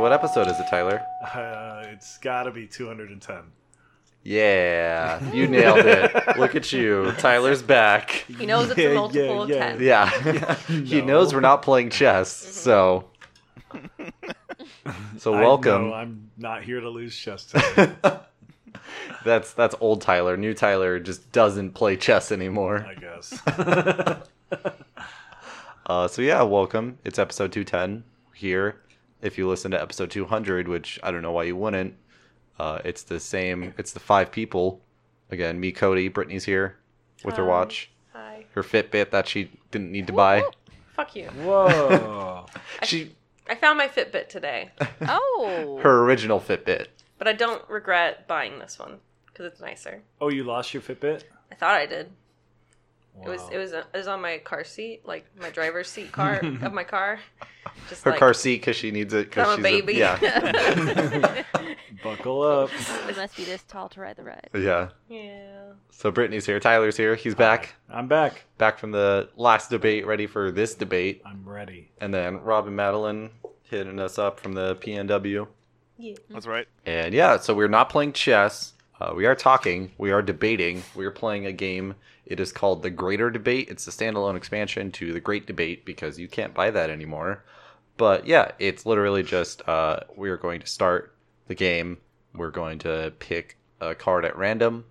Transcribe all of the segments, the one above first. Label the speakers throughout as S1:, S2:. S1: what episode is it, Tyler?
S2: Uh, it's got to be 210.
S1: Yeah, you nailed it. Look at you. Tyler's back.
S3: He knows it's
S2: Yeah,
S3: a
S2: yeah,
S3: multiple of
S2: yeah.
S3: ten.
S1: Yeah. he
S2: No.
S1: knows we're not playing chess, so. So
S2: I
S1: welcome.
S2: know I'm not here to lose chess today.
S1: That's that's old Tyler. New Tyler just doesn't play chess anymore.
S2: I guess.
S1: Uh, so yeah, welcome. It's episode 210 here. If you listen to episode 200, which I don't know why you wouldn't, uh, it's the same. It's the five people. Again, me, Cody, Brittany's here with her
S3: Hi.
S1: watch,
S3: Hi.
S1: her Fitbit that she didn't need to buy.
S3: Fuck you.
S2: Whoa.
S1: She
S3: I found my Fitbit today,
S4: Oh.
S1: her original Fitbit.
S3: but I don't regret buying this one because it's nicer.
S2: Oh, you lost your Fitbit?
S3: I thought I did. It was
S2: Wow.
S3: it was it was on my car seat, like my driver's seat car of my car. Just
S1: Her
S3: like,
S1: car seat because she needs it. 'cause
S3: I'm a
S1: she's
S3: baby.
S1: yeah,
S2: Buckle up.
S4: It must be this tall to ride the ride.
S1: yeah.
S3: yeah.
S1: So Brittany's here. Tyler's here. He's back.
S2: I'm back.
S1: Back from the last debate, ready for this debate.
S2: I'm ready.
S1: And then Robin Madeline hitting us up from the PNW.
S3: Yeah.
S5: That's right.
S1: And yeah, so we're not playing chess. Uh, we are talking. We are debating. We are playing a game. It is called The Greater Debate. It's a standalone expansion to The Great Debate because you can't buy that anymore. But yeah, it's literally just uh, we are going to start the game. We're going to pick a card at random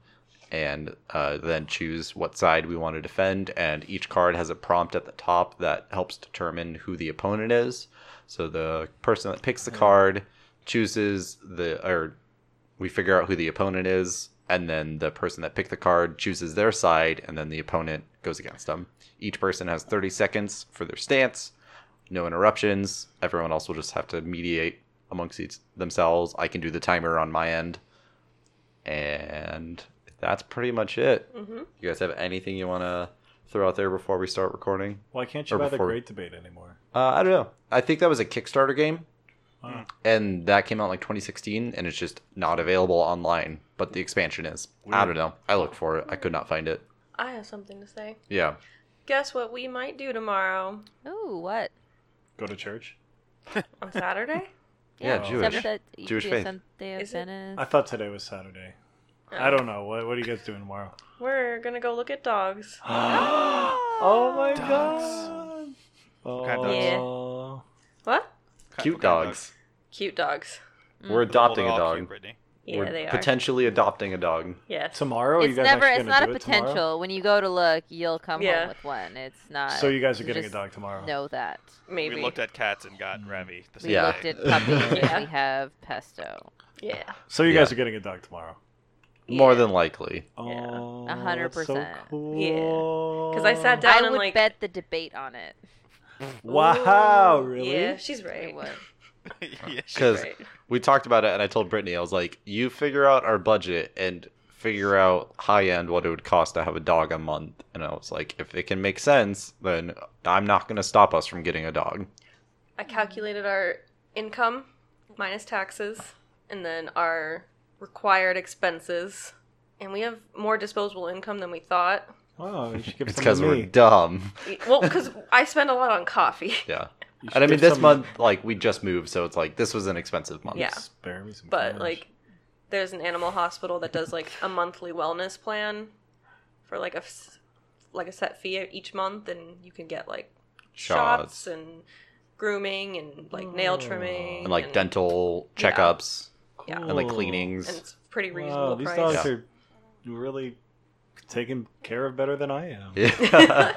S1: and uh, then choose what side we want to defend. And each card has a prompt at the top that helps determine who the opponent is. So the person that picks the card chooses the, or we figure out who the opponent is, and then the person that picked the card chooses their side, and then the opponent goes against them. Each person has 30 seconds for their stance, no interruptions. Everyone else will just have to mediate amongst each themselves. I can do the timer on my end. And that's pretty much it.
S3: Mhm.
S1: You guys have anything you want to throw out there before we start recording?
S2: Why can't you
S1: Or
S2: buy the
S1: before-
S2: Great Debate anymore?
S1: Uh, I don't know. I think that was a Kickstarter game,
S2: Wow.
S1: and that came out in, like 2016, and it's just not available online. But the expansion is. I don't know. I looked for it. I could not find it.
S3: I have something to say.
S1: Yeah.
S3: Guess what we might do tomorrow
S4: Ooh, what?
S2: Go to church?
S3: on Saturday?
S1: Yeah,
S2: Wow.
S1: Jewish.
S4: Except that you
S1: Jewish
S4: do
S1: faith.
S4: some day of
S3: Is it-
S4: Venice.
S2: I thought today was Saturday. I don't know. What, what are you guys doing tomorrow?
S3: We're gonna go look at dogs.
S2: Oh my
S5: Dogs.
S2: god. Oh.
S5: kind of
S3: What?
S1: Cute dogs.
S3: Cute dogs.
S1: We're adopting a dog.
S5: Brittany.
S3: Yeah,
S1: We're
S3: they are.
S1: potentially adopting a dog.
S3: yes.
S2: Tomorrow? Are you
S4: it's
S2: guys
S4: never.
S2: actually
S4: It's
S2: gonna
S4: not a
S2: do it tomorrow?
S4: potential. When you go to look, you'll come
S3: Yeah.
S4: home with one. It's not.
S2: So you guys are getting a
S4: just
S2: dog tomorrow?
S4: Know that.
S3: Maybe.
S5: We looked at cats and got Ravi. The
S4: We
S1: Yeah.
S4: looked at puppies.
S3: Yeah.
S4: and We have pesto.
S3: yeah.
S2: So you guys
S1: Yeah.
S2: are getting a dog tomorrow?
S1: More than likely.
S2: Oh,
S4: A hundred
S2: that's so
S4: percent. Yeah.
S2: cool.
S3: I sat down- Down
S4: I
S3: in,
S4: would
S3: like-
S4: bet the debate on it.
S2: Wow,
S3: Ooh,
S2: really?
S3: Yeah, she's
S4: I
S3: right.
S4: would.
S5: yeah.
S3: She's
S1: Because
S3: right.
S1: we talked about it, and I told Brittany, I was like, you figure out our budget and figure out high end what it would cost to have a dog a month. And I was like, if it can make sense, then I'm not going to stop us from getting a dog.
S3: I calculated our income minus taxes and then our required expenses. And we have more disposable income than we thought.
S2: Oh, you should give
S1: It's
S2: some
S1: because
S2: to me.
S1: we're dumb.
S3: Well, because I spend a lot on coffee.
S1: Yeah.
S2: You should
S1: And I mean,
S2: give
S1: this
S2: some-
S1: month, like, we just moved, so it's like, this was an expensive month.
S3: Yeah.
S2: Spare me some.
S3: But,
S2: cash.
S3: like, there's an animal hospital that does, like, a monthly wellness plan for, like, a, s- like a set fee each month. And you can get, like, shots,
S1: Shots.
S3: and grooming and, like, nail trimming.
S1: And like dental checkups
S3: Yeah.
S1: and like
S2: Cool.
S1: cleanings.
S3: And it's pretty
S2: Wow,
S3: reasonable
S2: these
S3: price.
S2: dogs
S1: Yeah.
S2: are really taken care of better than I am.
S1: Yeah.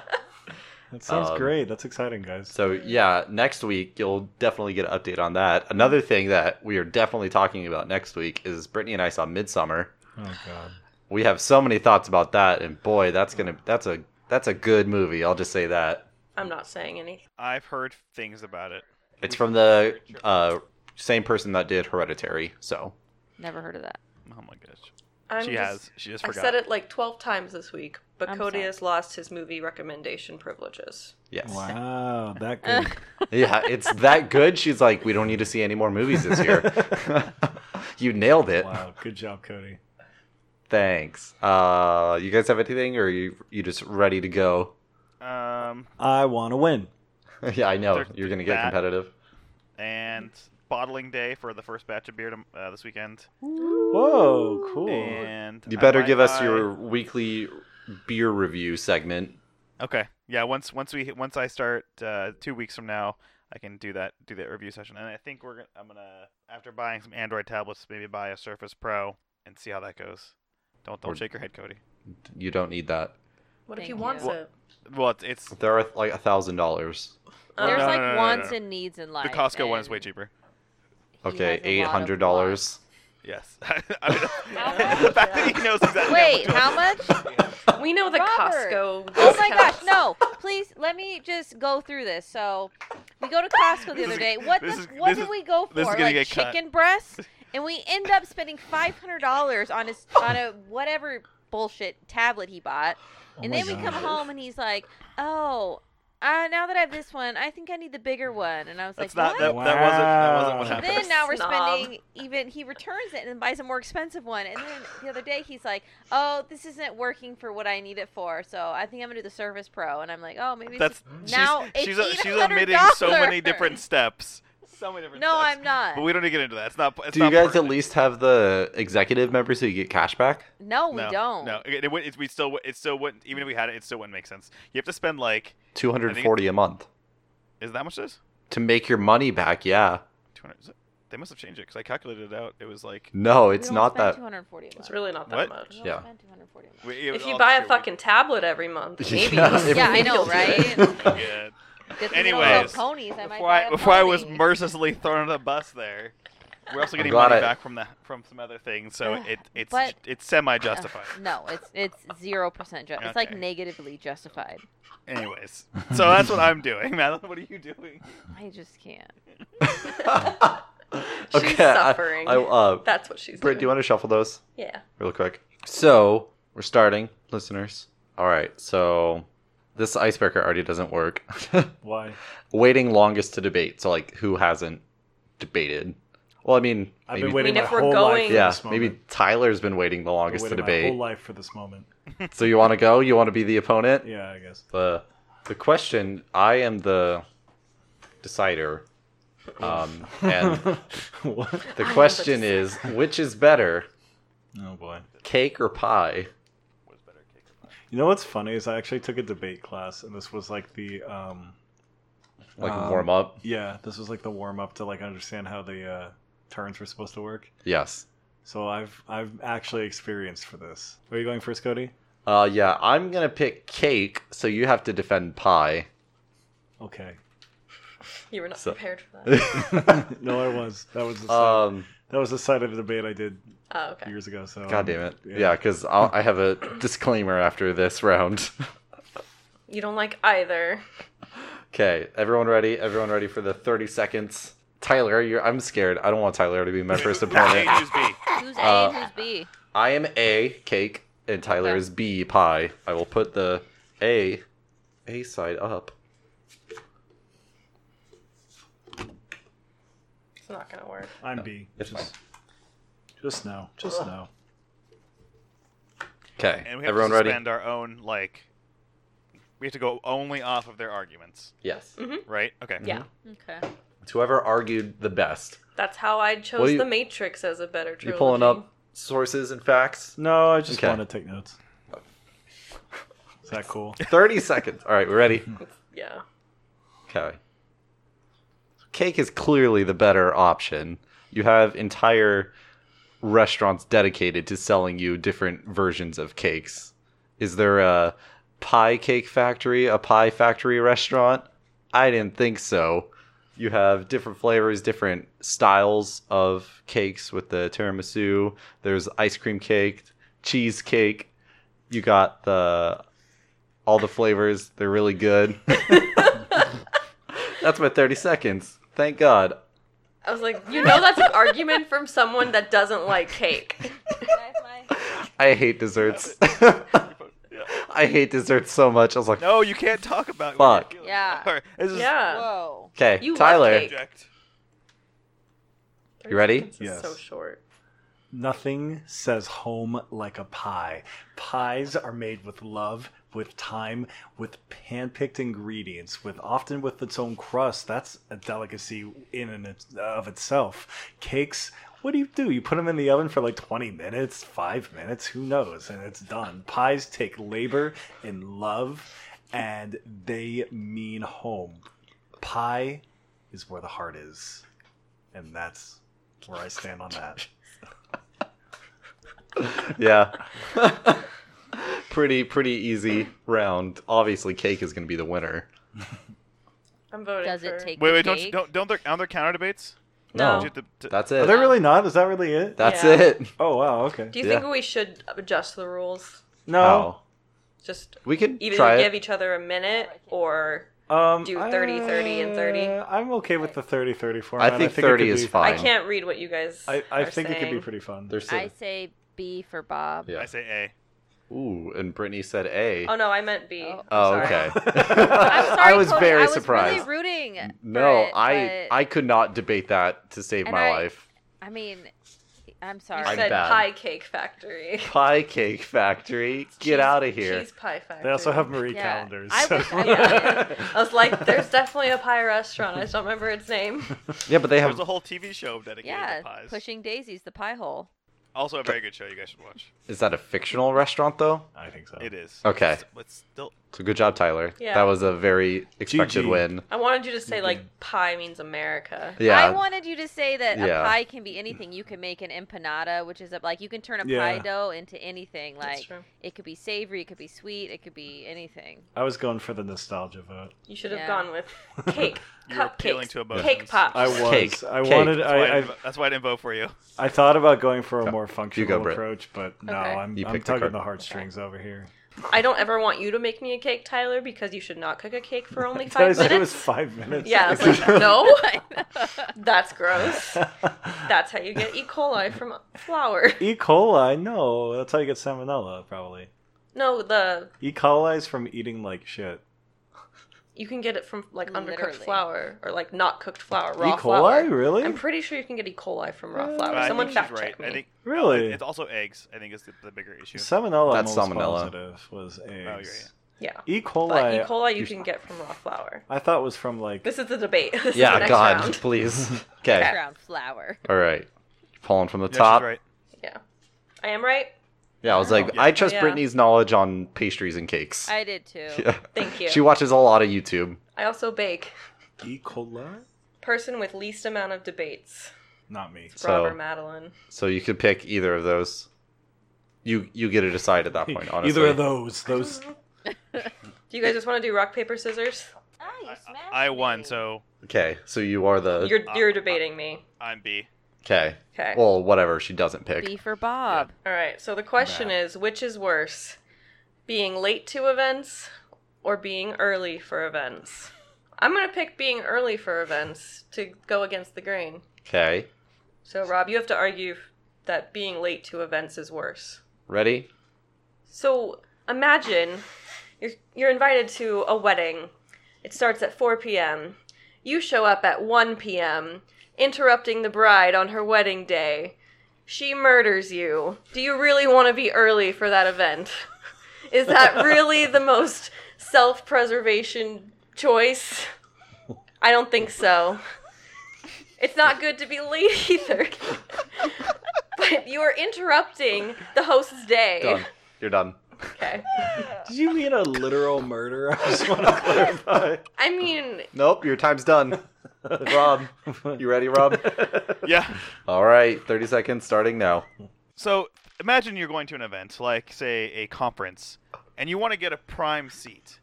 S2: That sounds
S1: Um,
S2: great. That's exciting, guys.
S1: so, yeah, next week you'll definitely get an update on that. Another thing that we are definitely talking about next week is Brittany and I saw Midsummer.
S2: oh god.
S1: we have so many thoughts about that and boy that's gonna that's a that's a good movie i'll just say that
S3: I'm not saying anything.
S5: I've heard things about it.
S1: it's from the uh same person that did hereditary so
S4: Never heard of that.
S5: Oh my gosh.
S3: I'm
S5: she
S3: just-
S5: has. She just
S3: I
S5: forgot.
S3: said it like 12 times this week, but
S4: I'm
S3: Cody
S4: sorry.
S3: has lost his movie recommendation privileges.
S1: yes
S2: Wow, that good.
S1: yeah it's that good she's like we don't need to see any more movies this year you nailed it
S2: wow, good job, Cody.
S1: thanks uh you guys have anything or you you just ready to go
S5: Um,
S2: I want to win.
S1: yeah i know
S5: There's
S1: you're gonna get
S5: that.
S1: competitive
S5: and bottling day for the first batch of beer tom- uh, this weekend.
S2: Whoa, cool.
S5: And
S1: You
S5: I
S1: better
S5: might
S1: give us
S5: buy-
S1: your weekly beer review segment.
S5: Okay. Yeah. Once once we once I start uh, two weeks from now, I can do that do that review session, and I think we're gonna, I'm gonna after buying some Android tablets, maybe buy a Surface Pro and see how that goes. Don't don't
S1: Or-
S5: shake your head, Cody.
S1: You don't need that.
S3: What if
S4: Thank
S3: he
S4: you.
S3: wants
S5: Well,
S3: it?
S5: Well, it's, it's the
S1: They're like a thousand dollars.
S2: Uh,
S3: I don't
S4: There's
S5: no,
S3: know.
S4: like
S5: no, no, no,
S4: wants
S5: no.
S4: and needs in life.
S5: Costco one is
S4: and
S5: way cheaper.
S4: he
S1: Okay,
S4: has a
S1: eight
S4: lot of
S1: hundred dollars.
S5: Yes. I mean,
S3: much?
S5: the fact that he knows
S4: wants.
S5: exactly.
S4: Wait,
S5: how
S4: how
S5: much
S4: much?
S3: we know the
S4: Robert.
S3: Costco.
S4: Oh my gosh,
S3: discounts.
S4: no! Please let me just go through this. So, we go to Costco the
S5: This
S4: other
S5: is-
S4: day. What
S5: this
S4: the,
S5: is-
S4: what
S5: this
S4: did
S5: is-
S4: we go
S5: this
S4: for?
S5: is gonna
S4: Like
S5: get cut.
S4: chicken breasts, and we end up spending five hundred dollars on his on a whatever bullshit tablet he bought.
S5: Oh
S4: And
S2: Oh my
S4: then we
S2: God.
S4: come home and he's like, "Oh, uh, now that I have this one, I think I need the bigger one." And I was
S5: That's
S4: like,
S5: not
S4: "What?"
S5: that, that wasn't that wasn't what
S2: Wow.
S5: happened.
S4: then now we're
S3: Snob.
S4: spending even he returns it and then buys a more expensive one and then the other day he's like oh this isn't working for what i need it for so i think i'm gonna do the service pro and i'm like oh maybe
S5: That's
S4: it's
S5: she's
S4: now
S5: she's,
S4: $1,800.
S5: she's omitting so many different steps. So many different.
S4: no
S5: steps.
S4: i'm not
S5: But we don't need to get into that. It's not. It's
S1: Do you
S5: not
S1: guys at
S5: pertinent.
S1: least have the executive member so you get cash back?
S4: no we
S5: no,
S4: don't
S5: No, it, it, would- it, we still wou- it still wouldn't even if we had it, it still wouldn't make sense. You have to spend like
S1: Two hundred forty a month
S5: is that how much this?
S1: to make your money back. Yeah.
S5: Two hundred. They must have changed it because I calculated it out. It was like
S1: No,
S4: We
S1: it's
S4: don't
S1: not
S4: spend
S1: that.
S4: 240 a month.
S3: It's really not that
S5: What?
S3: much.
S4: We don't
S1: Yeah.
S4: spend 240 a month.
S5: we- it was
S3: If you
S5: all
S3: buy
S5: true.
S3: a fucking tablet every month, maybe.
S1: if
S4: Yeah,
S1: we
S4: I know,
S1: feel-
S4: right?
S5: Yeah.
S4: Good thing they don't sell
S5: Anyways,
S4: ponies, I might
S5: Before
S4: buy
S5: I,
S4: a
S5: before I was
S4: pony.
S5: mercilessly thrown on a bus there. We're also
S1: I'm
S5: getting
S1: glad
S5: money
S1: I-
S5: back from the from some other things, so
S4: Ugh,
S5: it it's
S4: but-
S5: it's semi
S4: Ugh,
S5: justified.
S4: no, it's it's zero percent. Ju- It's like
S5: Okay.
S4: negatively justified. Anyways.
S5: Anyways, so that's what I'm doing, Madeline. What are you doing?
S4: I just can't.
S3: She's
S1: okay. I-
S3: suffering.
S1: I, uh,
S3: That's what she's
S1: Britt, do you
S3: doing.
S1: want to shuffle those
S3: Yeah.
S1: real quick? So we're starting, listeners. All right. So this icebreaker already doesn't work.
S2: Why?
S1: Waiting longest to debate. So like, who hasn't debated? Well, I mean,
S2: I've
S1: maybe,
S2: been waiting
S3: I mean,
S2: my
S3: if we're
S2: whole life
S3: going-
S2: for
S1: Yeah,
S2: this moment.
S1: maybe Tyler's been waiting
S2: I've
S1: the
S2: been
S1: longest to
S2: waiting my whole
S1: debate.
S2: life for this moment.
S1: So you want to go? You want to be the opponent?
S2: Yeah, I guess.
S1: the the question i am the decider um, and
S2: what?
S1: the question is which is better
S2: Oh boy.
S1: cake or pie
S2: You know what's funny is I actually took a debate class, and this was like the um
S1: like
S2: Um,
S1: warm up
S2: yeah, this was like the warm up to like understand how the uh, turns were supposed to work.
S1: yes
S2: So I've I've actually experienced for this. Are you going first, Cody?
S1: uh yeah i'm gonna pick cake so you have to defend pie
S2: Okay.
S3: You were not
S1: So-
S3: prepared for that.
S2: no, I was. That was the side,
S1: um
S2: that was the side of the debate I did
S3: oh, okay.
S2: years ago. So
S1: god damn it yeah because i have a disclaimer after this round
S3: You don't like either.
S1: okay everyone ready everyone ready for the 30 seconds tyler you're i'm scared i don't want tyler to be my first opponent
S5: A, news B.
S4: Who's A
S1: Uh,
S4: and who's B?
S1: I am A cake and Tyler
S4: Okay.
S1: is B pie. I will put the A A side up.
S3: It's not gonna work.
S2: I'm B.
S1: It's fine.
S2: Just, just no. Just no.
S1: Okay.
S5: And we have
S1: Everyone
S5: to
S1: ready?
S5: spend our own like. We have to go only off of their arguments,
S1: Yes.
S4: Hmm?
S5: right? Okay.
S3: Yeah.
S4: Okay.
S1: It's whoever argued the best.
S3: That's how I chose
S1: Well, you-
S3: The Matrix as a better trilogy.
S1: You pulling up sources and facts?
S2: No, I just
S1: Okay.
S2: want to take notes. Is that cool?
S1: 30 seconds. All right, we're ready.
S3: Yeah.
S1: Okay. Cake is clearly the better option. You have entire restaurants dedicated to selling you different versions of cakes. Is there a pie cake factory, a pie factory restaurant? I didn't think so. You have different flavors, different styles of cakes with the tiramisu. There's ice cream cake, cheesecake. You got the all the flavors. They're really good. That's my 30 seconds. Thank God.
S3: I was like, you know, that's an argument from someone that doesn't like cake.
S1: I hate desserts. I hate desserts so much. I was like,
S5: No, you can't talk about.
S1: Fuck.
S5: What you're feeling.
S4: Yeah.
S5: All right, This is
S3: Yeah.
S4: Whoa.
S1: okay,
S3: You love
S1: Tyler.
S3: cake.
S5: Object.
S1: You ready?
S3: Thirty seconds
S2: Yes.
S3: is So short.
S2: Nothing says home like a pie. Pies are made with love, with time, with hand-picked ingredients, with often with its own crust. That's a delicacy in and it- of itself. Cakes, what do you do? You put them in the oven for like 20 minutes, 5 minutes, who knows, and it's done. Pies take labor and love and they mean home. Pie is where the heart is. And that's where I stand on that.
S1: yeah. pretty pretty easy round. Obviously, cake is going to be the winner.
S3: I'm voting.
S4: Does it
S3: for-
S4: take
S5: Wait,
S4: the
S5: wait, don't
S4: cake?
S5: don't don't there aren't there counter debates?
S3: No.
S5: Do you have to- to-
S1: That's
S2: Are
S1: it.
S2: they really not? Is that really it?
S1: That's
S3: Yeah.
S1: it.
S2: Oh wow, okay.
S3: Do you
S1: Yeah.
S3: think we should adjust the rules?
S2: No.
S3: Just
S1: We could
S3: either
S1: try
S3: give
S1: it.
S3: each other a minute or
S2: Um
S3: Do 30, 30, and 30.
S2: uh, I'm okay with the 30 30
S1: I
S2: format.
S1: think
S2: it
S1: 30
S2: could
S1: is
S2: be-
S1: fine.
S3: I can't read what you guys.
S2: I, I
S3: are
S2: think it could be
S3: saying.
S2: pretty fun.
S1: There's
S4: I say B for Bob.
S1: yeah.
S5: I say A.
S1: Ooh, and Brittany said A.
S3: Oh no, I meant B.
S4: Oh.
S1: Oh,
S3: Sorry.
S1: okay.
S4: I'm sorry,
S1: was
S4: Cody,
S1: very
S4: I was
S1: surprised.
S4: Really rooting. for
S1: no,
S4: it,
S1: I
S4: but-
S1: I could not debate that to save
S4: And
S1: my
S4: I-
S1: life.
S4: I mean, I'm
S3: You
S4: sorry.
S1: I'm
S3: said
S1: bad.
S3: Pie Cake Factory.
S1: Pie Cake Factory, get
S3: Cheese-
S1: out of here.
S3: Cheese Pie Factory.
S2: They also have Marie
S4: Yeah.
S2: calendars.
S4: I
S2: so-
S4: wish I wanted-
S3: I was like, there's definitely a pie restaurant. I just don't remember its name.
S1: Yeah, but they
S5: There's
S1: have
S5: a whole TV show dedicated
S4: yeah,
S5: to pies.
S4: pushing daisies, the pie hole.
S5: Also a very good show you guys should watch.
S1: Is that a fictional restaurant though?
S2: I think so.
S5: It is.
S1: Okay.
S5: It's, it's still
S1: So good job, Tyler.
S3: Yeah.
S1: That was a very expected
S2: GG.
S1: win.
S3: I wanted you to say like pie means America.
S1: Yeah.
S4: I wanted you to say that
S1: Yeah.
S4: a pie can be anything. You can make an empanada, which is a, like you can turn a
S2: Yeah.
S4: pie dough into anything.
S3: That's
S4: Like
S3: true.
S4: it could be savory, it could be sweet, it could be anything.
S2: I was going for the nostalgia vote.
S3: You should have
S4: Yeah.
S3: gone with cake,
S5: You're appealing
S3: cupcakes,
S5: to emotions.
S3: cake pops.
S2: I was.
S1: Cake,
S2: I
S1: cake.
S2: wanted.
S5: that's, why I,
S2: I, I
S5: didn't vo- that's why I didn't vote for you.
S2: I thought about going for a more functional
S1: go, Britt.
S2: approach, but no,
S3: Okay.
S2: I'm,
S1: You
S2: I'm
S1: picked the
S2: tugging
S1: card.
S2: the heartstrings over here.
S3: I don't ever want you to make me a cake, Tyler, because you should not cook a cake for only
S2: Did I
S3: five
S2: say it was
S3: minutes.
S2: five minutes.
S3: Yeah, I was like, no, that's gross. That's how you get E. coli from flour.
S2: E. coli. No, that's how you get salmonella, probably.
S3: No, the
S2: E. coli is from eating like shit.
S3: you can get it from like undercooked
S4: Literally.
S3: flour or like not cooked flour,
S2: e.
S3: raw
S2: coli,
S3: flour.
S2: really? Uh,
S3: I'm pretty sure you can get E. coli from raw flour.
S5: But I
S3: Someone
S5: think she's
S3: fact
S5: right.
S3: check me.
S5: I think
S2: really?
S5: it's also eggs. I think is the, the bigger issue.
S2: salmonella.
S1: That's
S2: I'm almost
S1: salmonella.
S2: Positive was
S5: you're
S2: eggs.
S3: Oh, yeah,
S2: E. coli.
S3: but E. coli you
S1: you-
S3: can get from raw flour.
S2: I thought was from like.
S3: This is the debate. This is the
S1: yeah,
S3: next
S1: God,
S3: round.
S1: please. Okay.
S4: Brown flour.
S1: All right. Pulling from the
S5: Yeah,
S1: top.
S5: she's right.
S3: Yeah, I am right.
S1: Yeah, I was like,
S5: Yeah.
S1: I trust
S3: Yeah.
S1: Brittany's knowledge on pastries and cakes.
S4: I did too.
S1: yeah.
S3: Thank you.
S1: She watches a lot of YouTube.
S3: I also bake.
S2: E. coli.
S3: Person with least amount of debates.
S2: Not me.
S1: So-
S3: Robert Madeline.
S1: So you could pick either of those. You you get to decide at that point, honestly.
S2: Either of those. Those.
S3: Do you guys just want to do rock paper scissors?
S4: Ah,
S5: I, I- I won, so
S1: Okay, so you are the
S3: You're you're debating me.
S5: I'm B.
S1: Okay.
S3: Okay.
S1: uh, Well, whatever, she doesn't pick.
S4: B for Bob.
S3: All right. So the question is, which is worse, being late to events or being early for events? I'm gonna pick being early for events to go against the grain.
S1: Okay.
S3: So Rob, you have to argue that being late to events is worse.
S1: Ready?
S3: So imagine you're you're invited to a wedding. It starts at 4 p.m. You show up at 1 p.m., interrupting the bride on her wedding day. She murders you. Do you really want to be early for that event? Is that really the most self-preservation choice? I don't think so. It's not good to be late either. but you are interrupting the host's day.
S1: Done. You're done.
S3: Okay.
S2: Did you mean a literal murder? I just want to clarify.
S3: I mean,
S1: Nope, your time's done. Rob, you ready, Rob?
S5: Yeah.
S1: All right, 30 seconds starting now.
S5: So imagine you're going to an event, like say a conference, and you want to get a prime seat.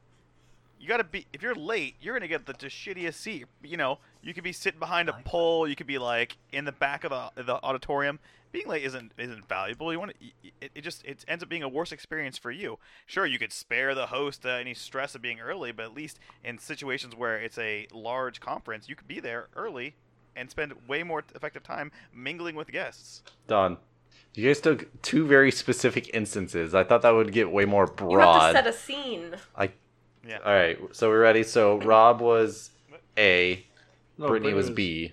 S5: You gotta be if you're late, you're gonna get the, the shittiest seat. You know, you could be sitting behind a pole, you could be like in the back of the, the auditorium. Being late isn't isn't valuable. You want to, it, it just it ends up being a worse experience for you. Sure, you could spare the host uh, any stress of being early, but at least in situations where it's a large conference, you could be there early and spend way more effective time mingling with guests.
S1: Done. You guys took two very specific instances. I thought that would get way more
S3: you have
S1: broad.
S3: to set a scene.
S1: I-
S5: Yeah.
S1: All right, so we're ready. So Rob was A,
S2: No,
S1: Oh, Brittany was B.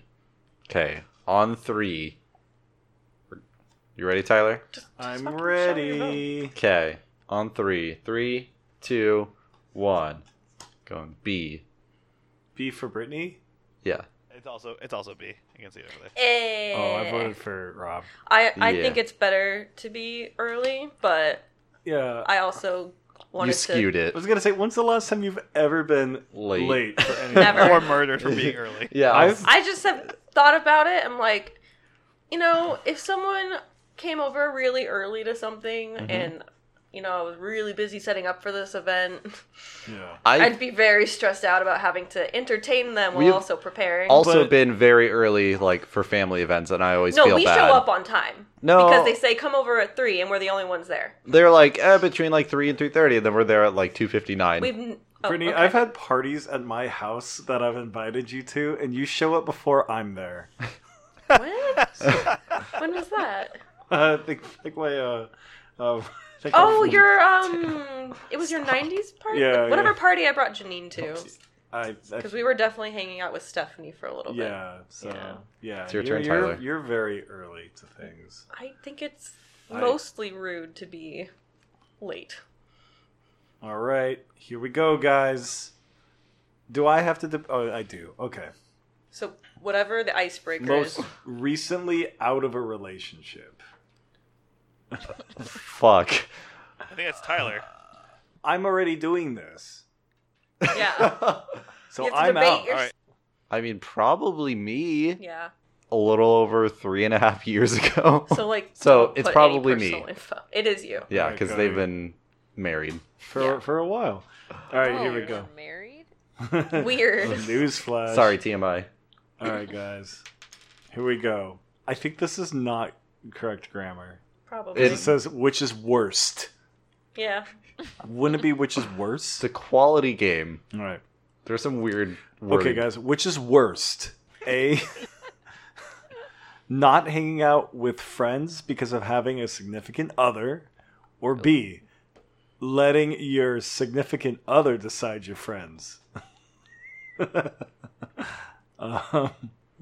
S1: Okay, on three. You ready, Tyler?
S2: I'm
S3: fucking shut
S2: ready.
S1: Okay. On three. Three, two, one. Going B.
S2: B for Brittany.
S1: Yeah.
S5: It's also it's also B. You can see it over there.
S3: Eh.
S2: Oh, I voted for Rob.
S3: I, I
S1: Yeah.
S3: think it's better to be early, but
S2: Yeah. I
S3: I also wanted
S1: You skewed it.
S2: was gonna say, when's the last time you've ever been
S1: Late.
S2: late for anything?
S3: Never.
S5: Or murdered for being early.
S1: Yeah.
S2: I've-
S3: to. I just have thought about it. I'm like, you know, if someone came over really early to something
S1: Mm-hmm.
S3: and, you know, I was really busy setting up for this event,
S2: Yeah.
S1: I've
S3: I'd be very stressed out about having to entertain them while
S1: We've
S3: also preparing.
S1: also
S2: but-
S1: been very early, like for family events, and I always
S3: no,
S1: feel
S3: we
S1: bad.
S3: show up on time.
S1: No.
S3: Because they say come over at 3 and we're the only ones there.
S1: They're like eh, between like three and three thirty, and then we're there at like two fifty
S3: We've.
S1: nine.
S3: n- Oh,
S2: Brittany,
S3: okay.
S2: I've had parties at my house that I've invited you to, and you show up before I'm there.
S3: What? when was that?
S2: I think like my uh, uh like
S3: Oh,
S2: our-
S3: your um, it was your '90s party.
S2: Yeah,
S3: whatever
S2: yeah.
S3: party I brought Janine to,
S2: I, I,
S3: because we were definitely hanging out with Stephanie for a little bit.
S2: yeah. So yeah,
S3: Yeah.
S1: It's your
S2: you're,
S1: turn,
S2: you're-
S1: Tyler.
S2: You're very early to things.
S3: I think it's
S2: I-
S3: mostly rude to be late.
S2: All right, here we go, guys. Do I have to? De- oh, I do. Okay.
S3: So whatever the icebreaker
S2: Most
S3: is,
S2: recently out of a relationship.
S1: Fuck.
S5: I think that's Tyler.
S2: I'm already doing this,
S3: yeah,
S2: so
S3: You have to
S2: I'm
S3: debate
S2: out.
S3: your-
S5: All right.
S1: I mean, probably me
S3: yeah.
S1: a little over three and a half years ago.
S3: So like,
S1: So
S3: don't
S1: it's
S3: put any
S1: probably me.
S3: personal info. It is you.
S1: yeah,
S2: Okay.
S1: because they've been married.
S2: for
S3: Yeah.
S2: for a while. All right,
S4: oh,
S2: here we
S4: you're
S2: go.
S4: Married?
S3: Weird.
S2: Newsflash.
S1: Sorry, TMI.
S2: All right, guys. Here we go. I think this is not correct grammar.
S3: Probably.
S2: It
S1: It's-
S2: says which is worst.
S3: yeah.
S2: Wouldn't it be which is
S1: It's
S2: worst?
S1: a quality game.
S2: All right.
S1: There's some weird.
S2: Okay,
S1: wording.
S2: guys. Which is worst? A. not hanging out with friends because of having a significant other, or B. Letting your significant other decide your friends. um,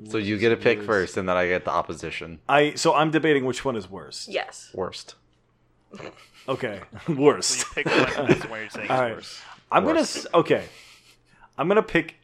S1: So you get a pick
S2: worst?
S1: first, and then I get the opposition.
S2: I so I'm debating which one is worst.
S3: Yes.
S1: Worst.
S2: Okay,
S5: So
S2: worst.
S5: you pick one. That's where you're saying
S2: All
S5: it's
S2: right.
S5: worse.
S2: I'm gonna
S1: Worst.
S2: s- okay. I'm gonna pick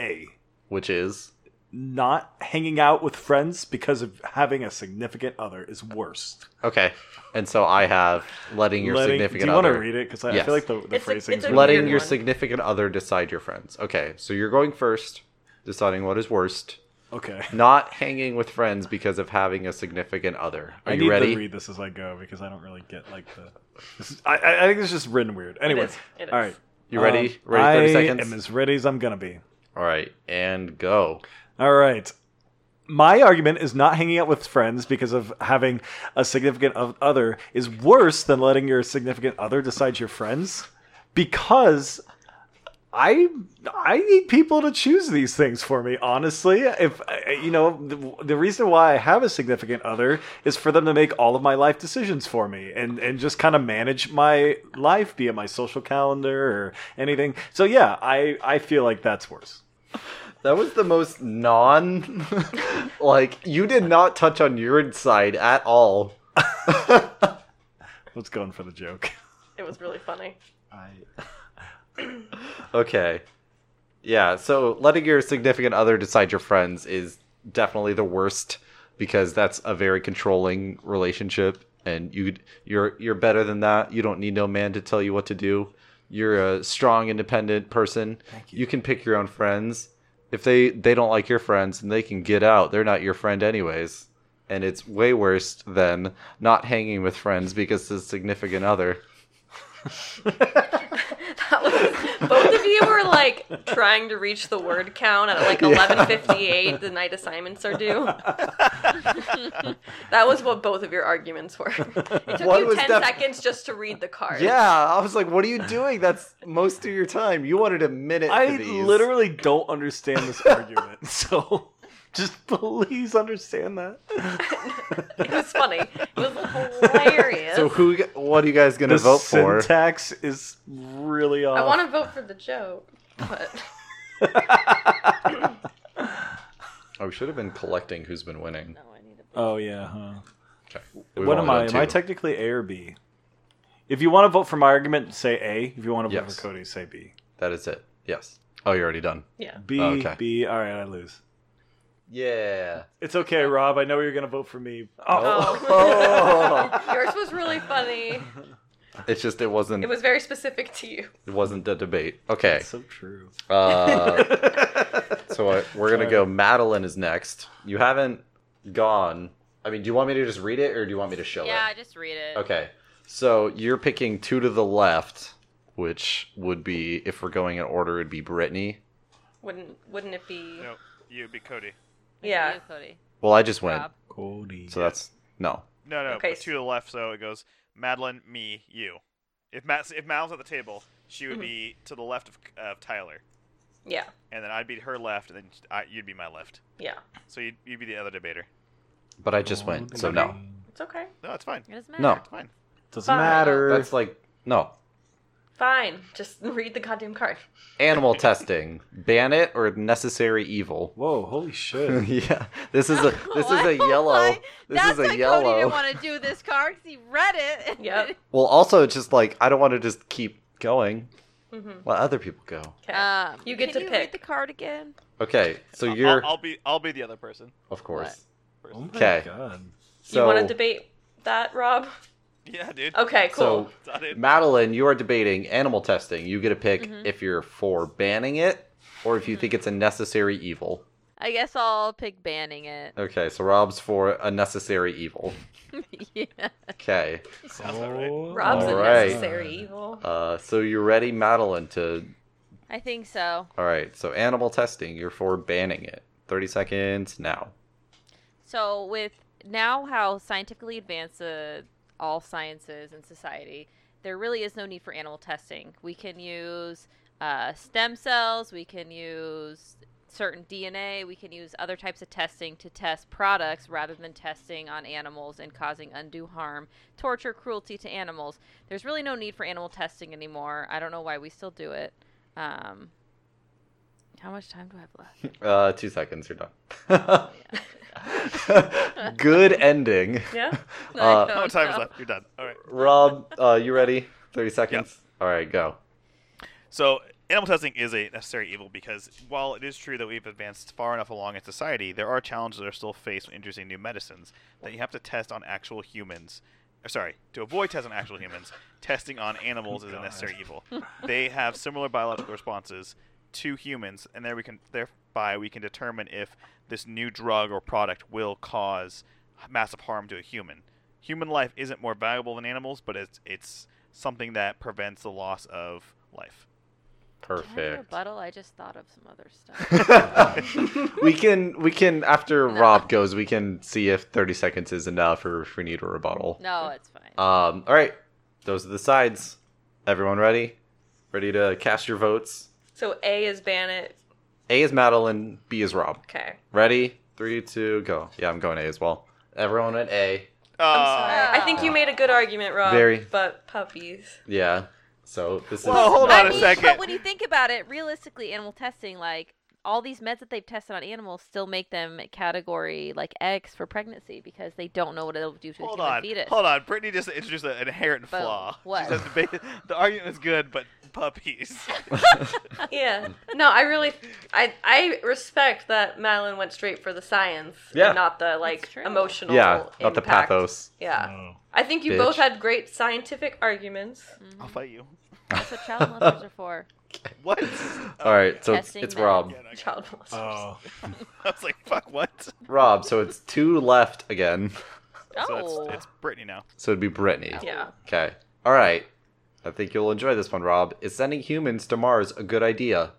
S2: A.
S1: Which is
S2: Not hanging out with friends because of having a significant other is worst.
S1: okay. And so I have letting your
S2: Letting-
S1: significant
S2: do you
S1: other
S2: want to read it? Because I, I
S1: Yes.
S2: feel like the, the
S3: It's a-
S2: phrasing
S3: it's a
S1: letting
S3: Weird
S1: your
S3: one.
S1: significant other decide your friends. Okay, so you're going first, deciding what is worst.
S2: okay.
S1: Not hanging with friends because of having a significant other.
S2: I
S1: Are you
S2: need
S1: ready?
S2: to read this as I go because I don't really get like the. This is, I, I I think it's just written weird. Anyway,
S3: is, it
S2: all
S3: is.
S2: right.
S1: You ready?
S2: Um,
S1: ready? Thirty
S2: I
S1: seconds.
S2: am as ready as I'm gonna be.
S1: All right, and go.
S2: All right. My argument is not hanging out with friends because of having a significant o- other is worse than letting your significant other decide your friends because I I need people to choose these things for me honestly if I- you know the, the reason why I have a significant other is for them to make all of my life decisions for me and and just kind of manage my life be it my social calendar or anything so yeah I I feel like that's worse
S1: That was the most non. like you did not touch on your side at all.
S2: let's go in for the joke
S3: It was really funny.
S1: Okay. Yeah, so letting your significant other decide your friends is definitely the worst because that's a very controlling relationship and you you're you're better than that. You don't need no man to tell you what to do. You're a strong independent person. you. can pick your own friends. If they they don't like your friends and they can get out, they're not your friend anyways. And it's way worse than not hanging with friends because it's significant other.
S3: That was, both of you were like trying to reach the word count at like 11:58 the night assignments are due. that was what both of your arguments were. It took
S1: One
S3: you
S1: was
S3: 10
S1: def-
S3: seconds just to read the card.
S1: Yeah, I was like, "What are you doing? That's most of your time. You wanted a minute."
S2: I
S1: for these.
S2: literally don't understand this argument, so just please understand that.
S3: It was funny. It was hilarious.
S1: So who? What are you guys gonna
S2: The
S1: vote for?
S2: syntax is really off.
S3: I
S1: uh,
S3: want to vote for the joke, but
S1: Oh, I should have been collecting who's been winning.
S4: No, I need a
S2: Oh yeah, huh?
S1: We
S2: what
S1: were
S2: am
S1: only
S2: I?
S1: on
S2: Am I
S1: two.
S2: technically A or B? If you want to vote for my argument, say A. If you want to vote
S1: Yes.
S2: for Cody, say B.
S1: That is it. Yes. Oh, you're already done.
S3: Yeah.
S2: B,
S1: Oh, okay.
S2: B. All right, I lose.
S1: Yeah.
S2: It's okay, Rob. I know you're going to vote for me.
S1: Oh.
S3: Yours was really funny.
S1: It's just it wasn't
S3: It
S1: it,
S3: was very specific to you.
S1: was... not the debate. Okay.
S2: so true.
S1: Uh, so I, we're gonna go. Madeline is next. You haven't gone. I mean, do you want me to just read it or do you want me to show
S4: Yeah,
S1: it?
S4: just read it.
S1: Okay. So you're picking two to the left, which would be if we're going in order, it'd be Brittany.
S3: Wouldn't wouldn't it be?
S5: No, you'd be Cody.
S4: Maybe
S3: Yeah.
S4: you, Cody.
S1: Well, I just went.
S4: Rob.
S2: Cody.
S1: So that's no.
S5: No, no,
S3: Okay,
S5: but to the left, so it goes Madeline, me, you. If Matt, if Madeline was at the table, she
S3: Mm-hmm.
S5: would be to the left of, of Tyler,
S3: Yeah.
S5: and then I'd be her left, and then I, you'd be my left.
S3: Yeah.
S5: So you'd, you'd be the other debater.
S1: But I just went. So no.
S3: It's okay.
S5: No, it's fine.
S4: It doesn't matter.
S1: No.
S5: It's fine.
S2: Doesn't
S3: Fine.
S2: matter.
S1: That's like no.
S3: Fine. Just read the goddamn card.
S1: Animal testing. Ban it or necessary evil.
S2: Whoa, holy shit.
S1: yeah. This is a this is a
S4: Why-
S1: yellow.
S4: why-
S1: This
S4: That's
S1: is a
S4: why Cody
S1: yellow.
S4: didn't want to do this card because he read it.
S3: Yep.
S1: Well, also it's just like I don't want to just keep going.
S3: Mhm.
S1: Let other people go.
S3: Okay.
S4: Um,
S3: You get to
S4: can you
S3: pick.
S4: Read the card again.
S1: Okay. So
S5: I'll-
S1: you're
S5: I'll, I'll be. I'll be the other person.
S1: of course.
S2: Oh my
S1: Okay.
S2: god.
S1: So
S3: you want to debate that, Rob?
S5: Yeah, dude.
S3: Okay. Cool.
S1: So
S5: It's not it.
S1: Madeline, you are debating animal testing. You get to pick if you're for banning it or if you think it's a necessary evil.
S4: I guess I'll pick banning it.
S1: Okay, so Rob's for a necessary evil.
S4: yeah.
S1: Okay.
S5: Sounds about right.
S2: Oh
S3: Rob's
S1: All
S3: a
S2: my
S1: right.
S3: necessary
S2: God.
S3: evil.
S1: Uh, so you're ready, Madeline, to
S4: I think so.
S1: All right, so animal testing, you're for banning it. 30 seconds now.
S4: So with now how scientifically advanced uh, all sciences and society, there really is no need for animal testing. We can use uh, stem cells. We can use certain DNA. We can use other types of testing to test products rather than testing on animals and causing undue harm, torture, cruelty to animals. There's really no need for animal testing anymore. I don't know why we still do it. Um, how much time do I have left?
S1: Uh, two seconds, you're done. Good ending.
S3: Yeah.
S1: Uh,
S4: I
S5: How much
S4: don't
S5: Oh, time is
S4: know.
S5: left? You're done. All right.
S1: Rob, uh, you ready? 30 seconds. All right, go.
S5: So animal testing is a necessary evil because while it is true that we've advanced far enough along in society, there are challenges that are still faced when introducing new medicines that you have to test on actual humans. Or sorry, to avoid testing on actual humans, testing on animals is a necessary evil. They have similar biological responses to humans, and there we can thereby we can determine if this new drug or product will cause massive harm to a human. Human life isn't more valuable than animals, but it's it's something that prevents the loss of life.
S4: Can I have a
S1: Perfect.
S4: rebuttal? I just thought of some other stuff.
S1: we can we can after Rob goes, we can see if 30 seconds is enough or if we need a rebuttal.
S4: No, it's fine.
S1: Um, all right. Those are the sides. Everyone ready? Ready to cast your votes?
S3: So A is ban it.
S1: A is Madeline, B is Rob.
S3: Okay.
S1: Ready? Three, two, go. Yeah, I'm going A as well. Everyone went A.
S3: I'm
S5: Uh,
S3: sorry. I think you made a good argument, Rob.
S1: Very.
S3: But puppies.
S1: Yeah. So this
S5: Whoa,
S1: is
S5: hold
S4: I
S5: on a
S4: mean,
S5: second.
S4: But when you think about it, realistically, animal testing, like all these meds that they've tested on animals, still make them category like X for pregnancy because they don't know what it'll do to the
S5: Hold
S4: human
S5: on,
S4: fetus.
S5: hold on. Brittany just introduced an inherent
S4: Boom.
S5: flaw. She
S4: What?
S5: said the, ba- the argument is good, but puppies.
S3: Yeah. No, I really, I I respect that Madeline went straight for the science,
S1: Yeah.
S3: and not the like
S4: That's true.
S3: emotional.
S1: yeah, not the
S3: impact.
S1: pathos.
S3: Yeah.
S2: Oh.
S3: I think you
S1: Bitch.
S3: both had great scientific arguments.
S5: I'll fight you.
S4: That's what child molesters are for.
S5: What? Oh,
S1: All right, so it's,
S4: Testing
S1: it's
S4: that.
S1: Rob.
S5: Yeah, no,
S4: Mm.
S3: Child molesters.
S2: Oh.
S5: I was like, fuck what?
S1: Rob. So it's two left again.
S5: So
S4: Oh,
S5: it's, it's Brittany now.
S1: So it'd be Brittany.
S3: yeah.
S1: Okay. All right. I think you'll enjoy this one, Rob. Is sending humans to Mars a good idea?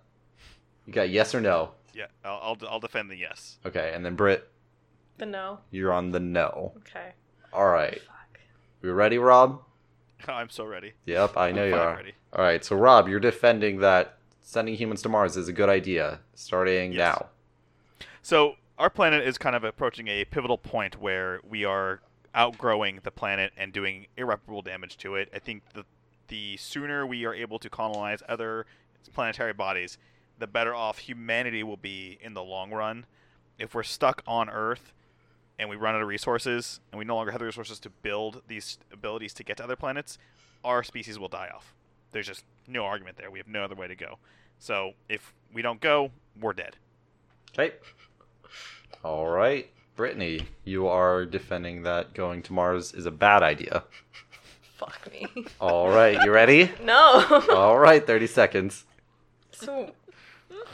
S1: You got yes or no.
S5: Yeah, I'll, I'll, I'll defend the yes.
S1: Okay, and then Britt,
S3: The no.
S1: you're on the no.
S3: Okay.
S1: All right.
S3: Fuck.
S1: We ready, Rob?
S5: I'm so ready.
S1: Yep, I know you
S5: Fine,
S1: are.
S5: ready.
S1: All right, so Rob, you're defending that sending humans to Mars is a good idea, starting
S5: Yes.
S1: now.
S5: So our planet is kind of approaching a pivotal point where we are outgrowing the planet and doing irreparable damage to it. I think the the sooner we are able to colonize other planetary bodies, the better off humanity will be in the long run. If we're stuck on Earth, and we run out of resources and we no longer have the resources to build these abilities to get to other planets, our species will die off. There's just no argument there. We have no other way to go. So if we don't go, we're dead.
S1: Okay. All right, Brittany, you are defending that going to Mars is a bad idea.
S3: Fuck me.
S1: All right, you ready?
S3: no.
S1: All right, 30 seconds.
S3: so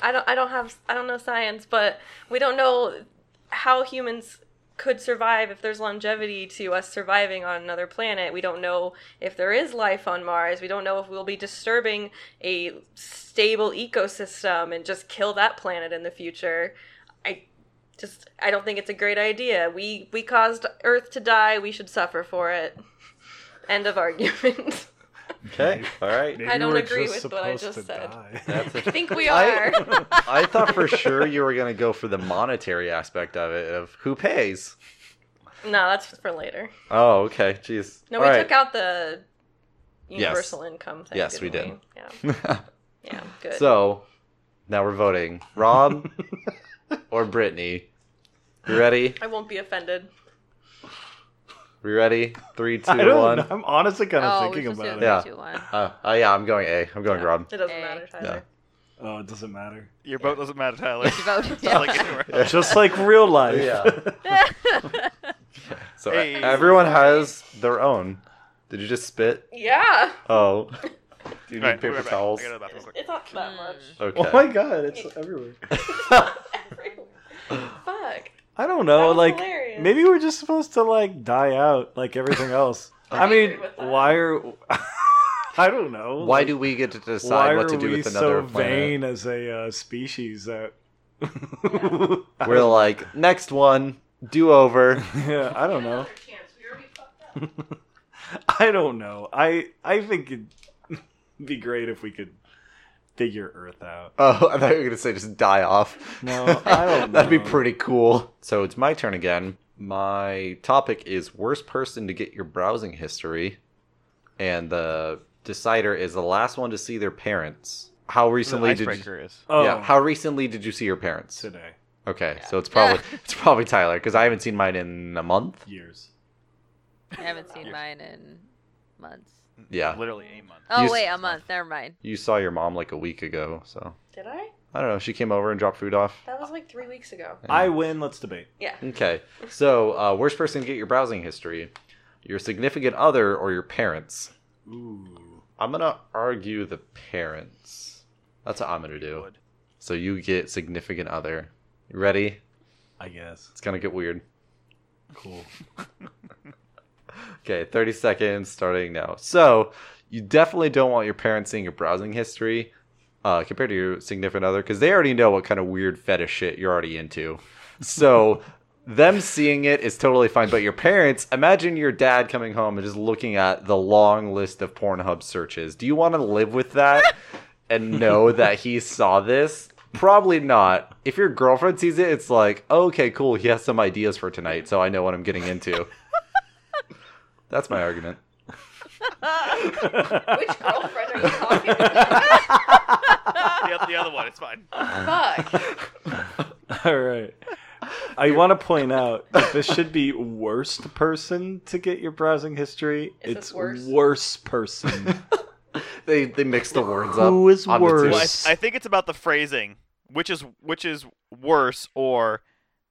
S3: I don't I don't have I don't know science, but we don't know how humans could survive if there's longevity to us surviving on another planet. We don't know if there is life on Mars. We don't know if we'll be disturbing a stable ecosystem and just kill that planet in the future. I just I don't think it's a great idea. We we caused Earth to die. We should suffer for it. End of argument.
S1: Okay. All right.
S2: Maybe
S3: I don't
S2: we're
S3: agree
S2: just
S3: with what I
S2: supposed
S3: just said.
S2: die.
S1: That's
S3: I
S1: it.
S3: think we
S1: I-
S3: are.
S1: I thought for sure you were going to go for the monetary aspect of it of who pays.
S3: no, that's for later.
S1: Oh, okay. Jeez.
S3: No,
S1: All
S3: we
S1: right.
S3: took out the universal income thing.
S1: Yes, we
S3: didn't we? Yeah, yeah, good.
S1: so now we're voting Rob or Brittany. You ready?
S3: I won't be offended.
S1: We ready? Three, two,
S2: I don't
S1: one.
S2: know. I'm honestly kind of
S4: oh,
S2: thinking about it.
S1: Yeah.
S4: Two, one.
S1: Uh, uh, yeah, I'm going A. I'm going Rob.
S3: It doesn't
S4: Hey.
S3: matter, Tyler.
S2: Oh, it doesn't matter.
S5: Your vote doesn't matter, Tyler.
S4: You voted
S5: It's not like anywhere else.
S2: Just like real life.
S1: Yeah. So
S5: Hey.
S1: everyone has their own. Did you just spit?
S3: Yeah.
S1: Oh. Do you need
S5: Alright,
S1: paper
S5: we'll be right back.
S1: towels?
S5: I gotta go to the bathroom quick.
S3: It's not that much.
S1: Okay.
S2: Oh my god, it's everywhere.
S3: Fuck.
S2: I don't know.
S3: That was
S2: like
S3: hilarious.
S2: maybe we're just supposed to like die out like everything else. I mean,
S3: agree with that.
S2: why are I don't know.
S1: Why
S2: like,
S1: do we get to
S2: why
S1: decide what to
S2: are
S1: do
S2: we
S1: with another
S2: so
S1: planet?
S2: vain as a uh, species that I
S1: We're like, next one, do over.
S2: yeah, I don't know. I don't know. I I think it'd be great if we could figure Earth out.
S1: Oh, I thought you were gonna say just die off.
S2: No, I don't
S1: That'd be
S2: know.
S1: pretty cool. So it's my turn again. My topic is worst person to get your browsing history, and the decider is the last one to see their parents. How recently
S5: The
S1: did you,
S5: icebreaker is.
S2: Oh,
S1: yeah? How recently did you see your parents?
S2: today
S1: Okay, so it's probably it's probably Tyler because I haven't seen mine in a month.
S2: years.
S4: I haven't seen
S5: Yes.
S4: mine in months.
S1: Yeah,
S5: Literally a month.
S4: Oh
S1: You s-
S4: wait, a month. Never mind.
S1: you saw your mom like a week ago, so
S3: Did I?
S1: I don't know. She came over and dropped food off.
S3: That was like three weeks ago.
S2: I win. Let's debate.
S3: Yeah.
S1: Okay. So, uh, worst person to get your browsing history, your significant other or your parents.
S2: Ooh.
S1: I'm gonna argue the parents. That's what I'm gonna do.
S5: Would.
S1: So you get significant other. You ready?
S2: I guess.
S1: It's gonna get weird.
S2: Cool.
S1: Okay, 30 seconds starting now. So you definitely don't want your parents seeing your browsing history uh, compared to your significant other because they already know what kind of weird fetish shit you're already into. So them seeing it is totally fine. But your parents, imagine your dad coming home and just looking at the long list of Pornhub searches. Do you want to live with that and know that he saw this? Probably not. If your girlfriend sees it, it's like, okay, cool. He has some ideas for tonight, so I know what I'm getting into. That's my argument.
S3: Which girlfriend are you talking about?
S5: the, oth- the other one, it's fine.
S3: Fuck.
S2: All right. I want to point out that this should be worst person to get your browsing history.
S3: Is this
S2: it's
S3: worse?
S2: worse person.
S1: They they mix the words up.
S2: Who is
S1: on the
S2: worse?
S5: Well,
S1: two.
S5: I, I think it's about the phrasing, which is which is worse, or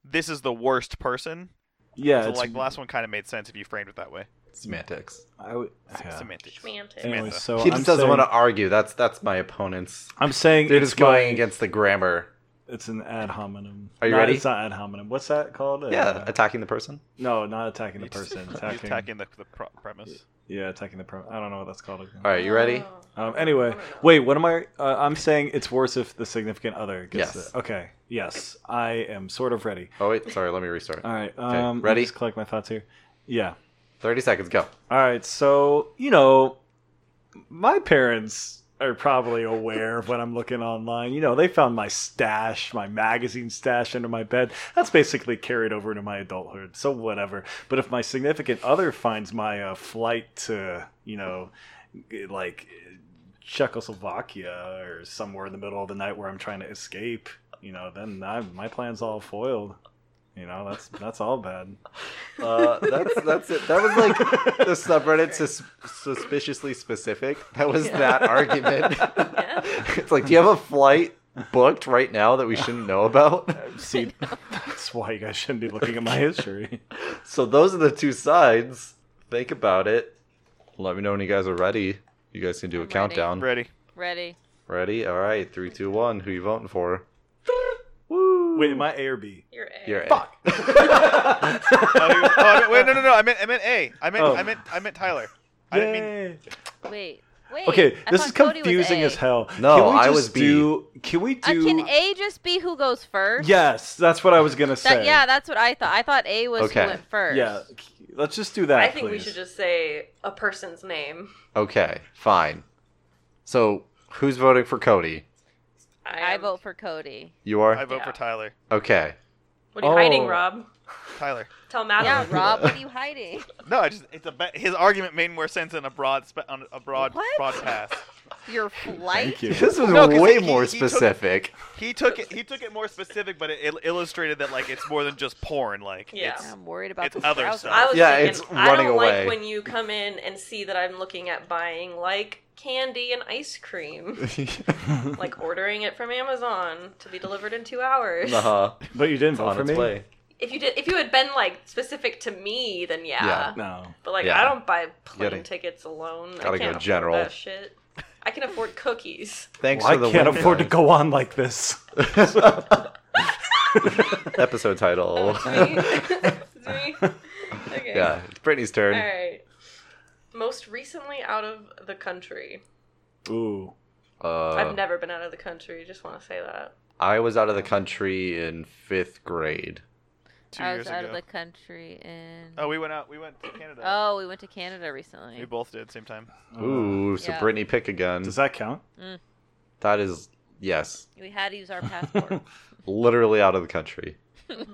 S5: this is the worst person.
S2: Yeah,
S5: So
S2: it's
S5: like the last one kind of made sense if you framed it that way.
S1: Semantics.
S2: I would, yeah.
S5: Semantics.
S3: Semantic.
S2: Anyway,
S5: Samantha.
S2: so
S1: he
S2: I'm
S1: just doesn't
S2: saying,
S1: want to argue. That's that's my opponent's.
S2: I'm saying
S1: They're
S2: it's
S1: just going
S2: my-
S1: against the grammar.
S2: It's an ad hominem.
S1: Are you
S2: Not-
S1: ready?
S2: It's not ad hominem. What's that called? Uh,
S1: Yeah, attacking the person.
S2: no, not attacking the person.
S5: He's
S2: Attacking.
S5: attacking the, the pro- premise.
S2: Yeah, attacking the. Pro- I don't know what that's called. again.
S1: All right, you ready?
S3: Oh.
S2: Um, anyway, wait. What am I? Uh, I'm saying it's worse if the significant other gets
S1: Yes.
S2: it. Okay. Yes, I am sort of ready.
S1: Oh wait, sorry. Let me restart.
S2: All right. Um,
S1: ready?
S2: Let me just collect my thoughts here. Yeah.
S1: Thirty seconds. Go.
S2: All right. So you know, my parents are probably aware of what I'm looking online. You know, they found my stash, my magazine stash under my bed. That's basically carried over into my adulthood. So whatever. But if my significant other finds my uh, flight to, you know, like Czechoslovakia or somewhere in the middle of the night where I'm trying to escape, you know, then I, my plan's all foiled. You know, that's that's all bad.
S1: Uh, that's that's it. That was like the subreddit sus- suspiciously specific. That was that argument. it's like, do you have a flight booked right now that we shouldn't know about?
S2: See, that's why you guys shouldn't be looking at my history.
S1: So those are the two sides. Think about it. Let me know when you guys are ready. You guys can do a
S4: I'm ready.
S1: countdown.
S5: Ready?
S4: Ready?
S1: Ready? All right, three, two, one. Who you voting for?
S2: Wait, am I A or B?
S3: You're A.
S1: You're
S2: Fuck.
S5: Oh, you- oh, I meant, wait, no, no, no. I meant, I meant A. I meant,
S2: Oh.
S5: I meant, I meant Tyler. I didn't mean.
S2: Yay.
S4: Wait. Wait.
S2: Okay,
S4: I
S2: this
S4: thought
S2: is
S4: Cody was
S2: confusing
S4: A.
S2: as hell.
S1: No,
S2: Can we
S1: I
S2: just
S1: was B.
S2: Do, can we
S4: Uh,
S2: do?
S4: can A just be who goes first?
S2: Yes, that's what I was gonna say.
S4: That, yeah, that's what I thought. I thought A was
S1: Okay.
S4: who went first.
S2: yeah. Let's just do that.
S3: I think we
S2: please.
S3: should just say a person's name.
S1: Okay, fine. So who's voting for Cody?
S4: I
S3: am-
S4: vote for Cody.
S1: You are?
S5: I vote for
S3: Yeah.
S5: Tyler.
S1: Okay.
S3: What are you
S2: Oh.
S3: hiding, Rob?
S5: Tyler.
S3: Tell Madeline.
S4: Yeah, Rob, what are you hiding?
S5: No, I just it's a ba- his argument made more sense in a broad spe- on a broad
S4: What?
S5: broad pass.
S4: Your flight?
S2: Thank you.
S1: This was
S5: No, 'cause
S1: way
S5: he-
S1: more
S5: he took-
S1: specific.
S5: He took it he took it more specific, but it, il- illustrated that like it's more than just porn. Like
S3: Yeah.
S5: it's
S4: I'm worried about
S5: It's
S4: this
S5: other
S4: browser.
S5: stuff.
S3: I was
S1: Yeah,
S3: thinking,
S1: it's
S3: I
S1: running
S3: don't
S1: away.
S3: like when you come in and see that I'm looking at buying like candy and ice cream, like ordering it from Amazon to be delivered in two hours.
S1: uh-huh.
S2: But you didn't
S1: It's
S2: vote
S1: on
S2: for
S1: its
S2: me.
S1: way.
S3: If you did, if you had been like specific to me, then yeah.
S1: Yeah.
S2: No.
S3: But like,
S1: Yeah.
S3: I don't buy plane
S1: Gotta-
S3: tickets alone. I
S1: gotta
S3: can't
S1: go
S3: afford
S1: general.
S3: That shit. I can afford cookies.
S1: Thanks
S2: Well, I
S1: for the
S2: can't
S1: win,
S2: afford to
S1: guys.
S2: go on like this.
S1: Episode
S4: Oh,
S1: title.
S3: It's me. It's me. Okay.
S1: yeah, it's Brittany's turn.
S3: All right. Most recently out of the country.
S2: Ooh.
S1: Uh,
S3: I've never been out of the country. Just want to say that.
S1: I was out of the country in fifth grade.
S5: two
S4: I
S5: years
S4: was out
S5: ago.
S4: of the country and
S5: Oh, we went out. We went to Canada.
S4: Oh, we went to Canada recently.
S5: We both did at the same time.
S3: Uh,
S1: Ooh, so
S4: Yeah.
S1: Brittany pick again.
S2: Does that count?
S1: that is yes,
S4: We had to use our
S5: Oh,
S4: passport.
S1: literally out of the country. You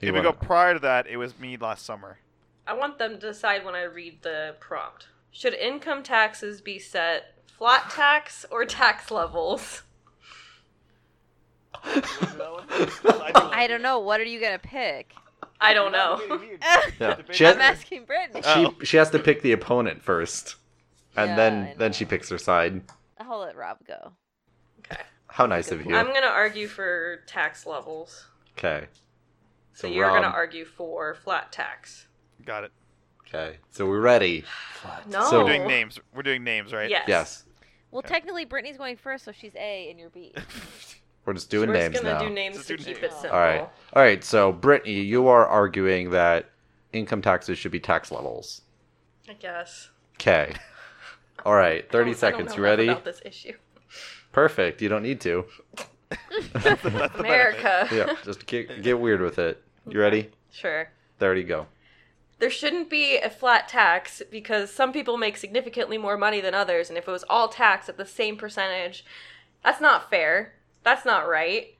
S5: If we go
S1: wanna-
S5: prior to that, it was me last summer.
S3: I want them to decide when I read the prompt. Should income taxes be set flat tax or tax levels?
S4: I don't know. What are you gonna pick?
S3: I don't know.
S4: Oh.
S1: Yeah.
S4: I'm
S1: Jen-
S4: asking Brittany.
S5: Oh.
S1: she she has to pick the opponent first, and
S4: Yeah, I
S1: then then
S4: know.
S1: she picks her side.
S4: I'll let Rob go.
S3: okay.
S1: How nice of you.
S3: I'm going to argue for tax levels.
S1: Okay. So
S3: So, you're going to
S1: Rob-
S3: argue for flat tax.
S5: Got it.
S1: Okay. So we're ready.
S3: No.
S1: So-
S5: We're doing
S4: Oh.
S5: names. We're doing names, right?
S3: Yes.
S1: Yes.
S4: Well, technically, Brittany's going first, so she's A and you're B.
S1: We're just doing
S3: We're
S1: names
S3: just
S1: now.
S3: to do names
S5: Just
S3: to
S5: do
S3: keep
S5: names.
S3: it simple.
S1: All right. All right. So Brittany, you are arguing that income taxes should be tax levels.
S3: I guess.
S1: Okay. All right. Thirty
S3: I don't- I don't
S1: seconds. You
S3: know enough
S1: ready?
S3: About this issue.
S1: Perfect. You don't need to.
S3: America.
S1: Yeah, just get, get weird with it. You ready?
S3: Sure.
S1: There you go.
S3: There shouldn't be a flat tax because some people make significantly more money than others, and if it was all taxed at the same percentage, that's not fair. That's not right.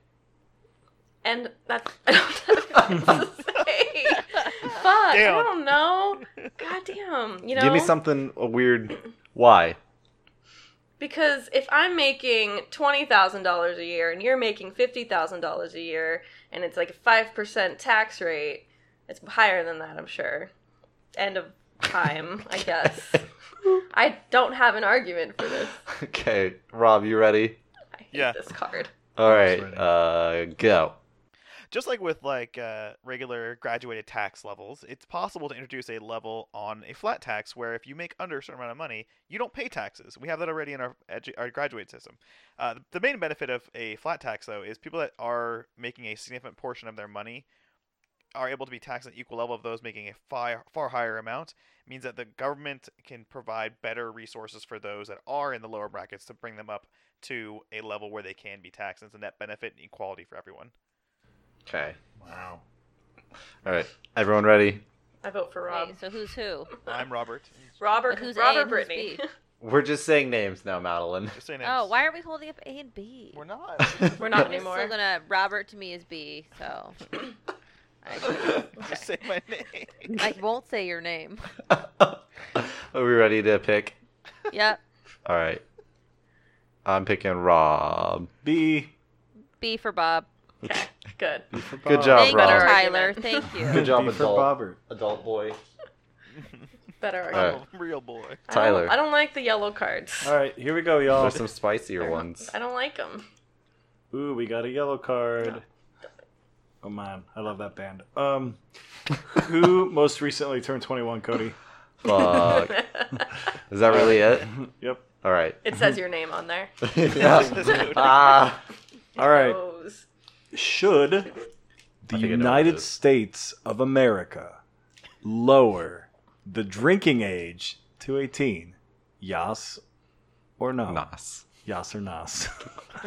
S3: And that's I don't know what to say. Fuck, I
S5: Damn.
S3: don't know. God damn. You know
S1: Give me something a weird. Why?
S3: Because if I'm making twenty thousand dollars a year and you're making fifty thousand dollars a year, and it's like a five percent tax rate, it's higher than that, I'm sure. End of time, I guess. I don't have an argument for this.
S1: Okay, Rob, you ready?
S3: I hate
S5: Yeah.
S3: this card.
S1: All right,
S2: ready.
S1: uh, go.
S5: Just like with like uh, regular graduated tax levels, it's possible to introduce a level on a flat tax where if you make under a certain amount of money, you don't pay taxes. We have that already in our edu- our graduate system. Uh, the main benefit of a flat tax though is people that are making a significant portion of their money are able to be taxed at equal level of those making a far far higher amount It means that the government can provide better resources for those that are in the lower brackets to bring them up to a level where they can be taxed. It's a net benefit and equality for everyone.
S1: Okay.
S2: Wow.
S1: All right, everyone ready?
S3: I vote for Rob.
S4: Wait, so who's who?
S5: I'm Robert.
S3: Robert,
S4: Who's A
S3: Robert
S4: and who's
S3: Brittany.
S4: B?
S1: We're just saying names now, Madeline.
S5: Just saying
S4: Oh,
S5: names.
S4: why aren't we holding up A and B?
S5: We're not.
S3: We're not
S4: I'm
S3: anymore.
S4: still gonna Robert to me is B, so
S5: Just say my name.
S4: I won't say your name.
S1: Are we ready to pick?
S4: Yep,
S1: All right. I'm picking Rob.
S2: B.
S4: B for Bob.
S3: Good.
S1: Good job,
S4: Thank you,
S1: Rob.
S4: Tyler. Thank you.
S1: Good job,
S2: B for
S1: adult.
S2: Bobbert.
S1: Adult boy.
S3: Better.
S1: All right.
S3: argument.
S5: Oh, real boy.
S3: I don't-
S1: Tyler.
S3: I don't like the yellow cards.
S2: All right, here we go, y'all.
S1: There's some spicier ones.
S3: I don't like them.
S2: Ooh, we got a yellow card. Oh man, I love that band. Um, who most recently turned 21? Cody.
S1: Fuck. Is that really it?
S2: Yep.
S1: All right.
S3: it says your name on there.
S1: Yeah. Ah.
S2: All right.
S3: Those.
S2: Should the
S1: think I know what it
S2: United
S1: is.
S2: States of America lower the drinking age to 18? Yes or no?
S1: Nice.
S2: Yes or nas?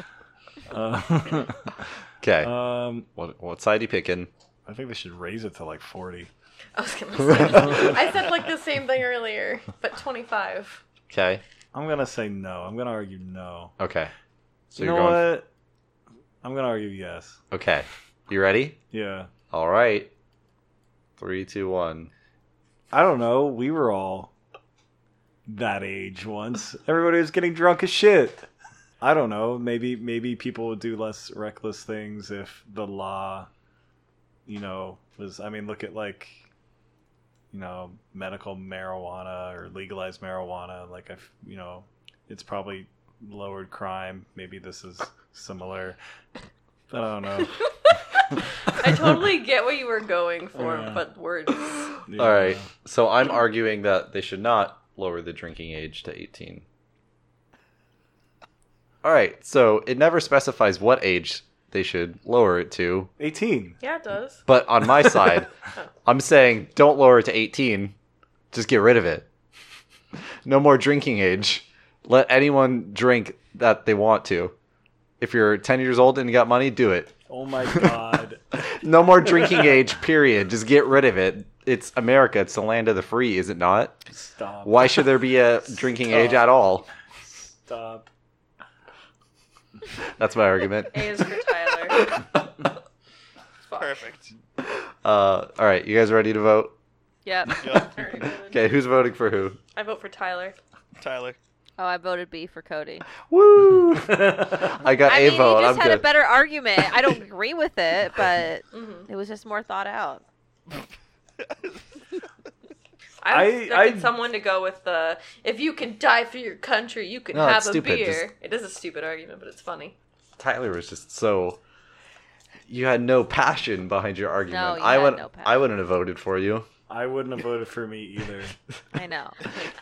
S2: uh,
S1: Okay.
S2: um,
S1: what, what side you picking?
S2: I think they should raise it to like 40.
S3: I was gonna say. I said like the same thing earlier, but 25.
S1: Okay.
S2: I'm gonna say no. I'm gonna argue no.
S1: Okay. So
S2: you
S1: you're
S2: know
S1: going.
S2: what? I'm gonna argue yes.
S1: Okay. You ready?
S2: Yeah.
S1: All right. Three, two, one.
S2: I don't know. We were all that age once. Everybody was getting drunk as shit. I don't know. Maybe maybe people would do less reckless things if the law, you know, was. I mean, look at like, you know, medical marijuana or legalized marijuana. Like, I, f- you know, it's probably lowered crime. Maybe this is similar. I don't know.
S3: I totally get what you were going for,
S2: Yeah.
S3: but words.
S1: All right. So I'm arguing that they should not lower the drinking age to 18. All right. So it never specifies what age they should lower it to.
S2: 18.
S3: Yeah, it does.
S1: But on my side, I'm saying don't lower it to 18. Just get rid of it. No more drinking age. Let anyone drink that they want to. If you're 10 years old and you got money, do it.
S2: Oh my god.
S1: No more drinking age, period. Just get rid of it. It's America. It's the land of the free, is it not?
S2: Stop.
S1: Why should there be a drinking
S4: Oh.
S1: age at all?
S2: Stop.
S1: That's my argument.
S3: A is for Tyler.
S5: Perfect.
S1: Uh, all right, you guys ready to vote?
S4: yep.
S5: Yep.
S1: Okay, who's voting for who?
S3: I vote for Tyler.
S5: Tyler.
S4: Oh, I voted B for Cody.
S1: Woo! I got
S4: I
S1: Uh, a
S4: mean,
S1: vote.
S4: you just
S1: I'm
S4: had
S1: good.
S4: a better argument. I don't agree with it, but
S3: Mhm.
S4: it was just more thought out.
S3: I,
S2: I-
S3: expected
S2: I-
S3: someone to go with the if you can die for your country, you can
S1: No,
S3: have
S1: it's
S3: a
S1: stupid,
S3: beer. It is a stupid argument, but it's funny.
S1: Tyler was just so. You had no passion behind your argument.
S4: you
S1: I
S4: had
S1: would.
S4: no passion.
S1: I wouldn't have voted for you.
S2: I wouldn't have voted for me either.
S4: I know.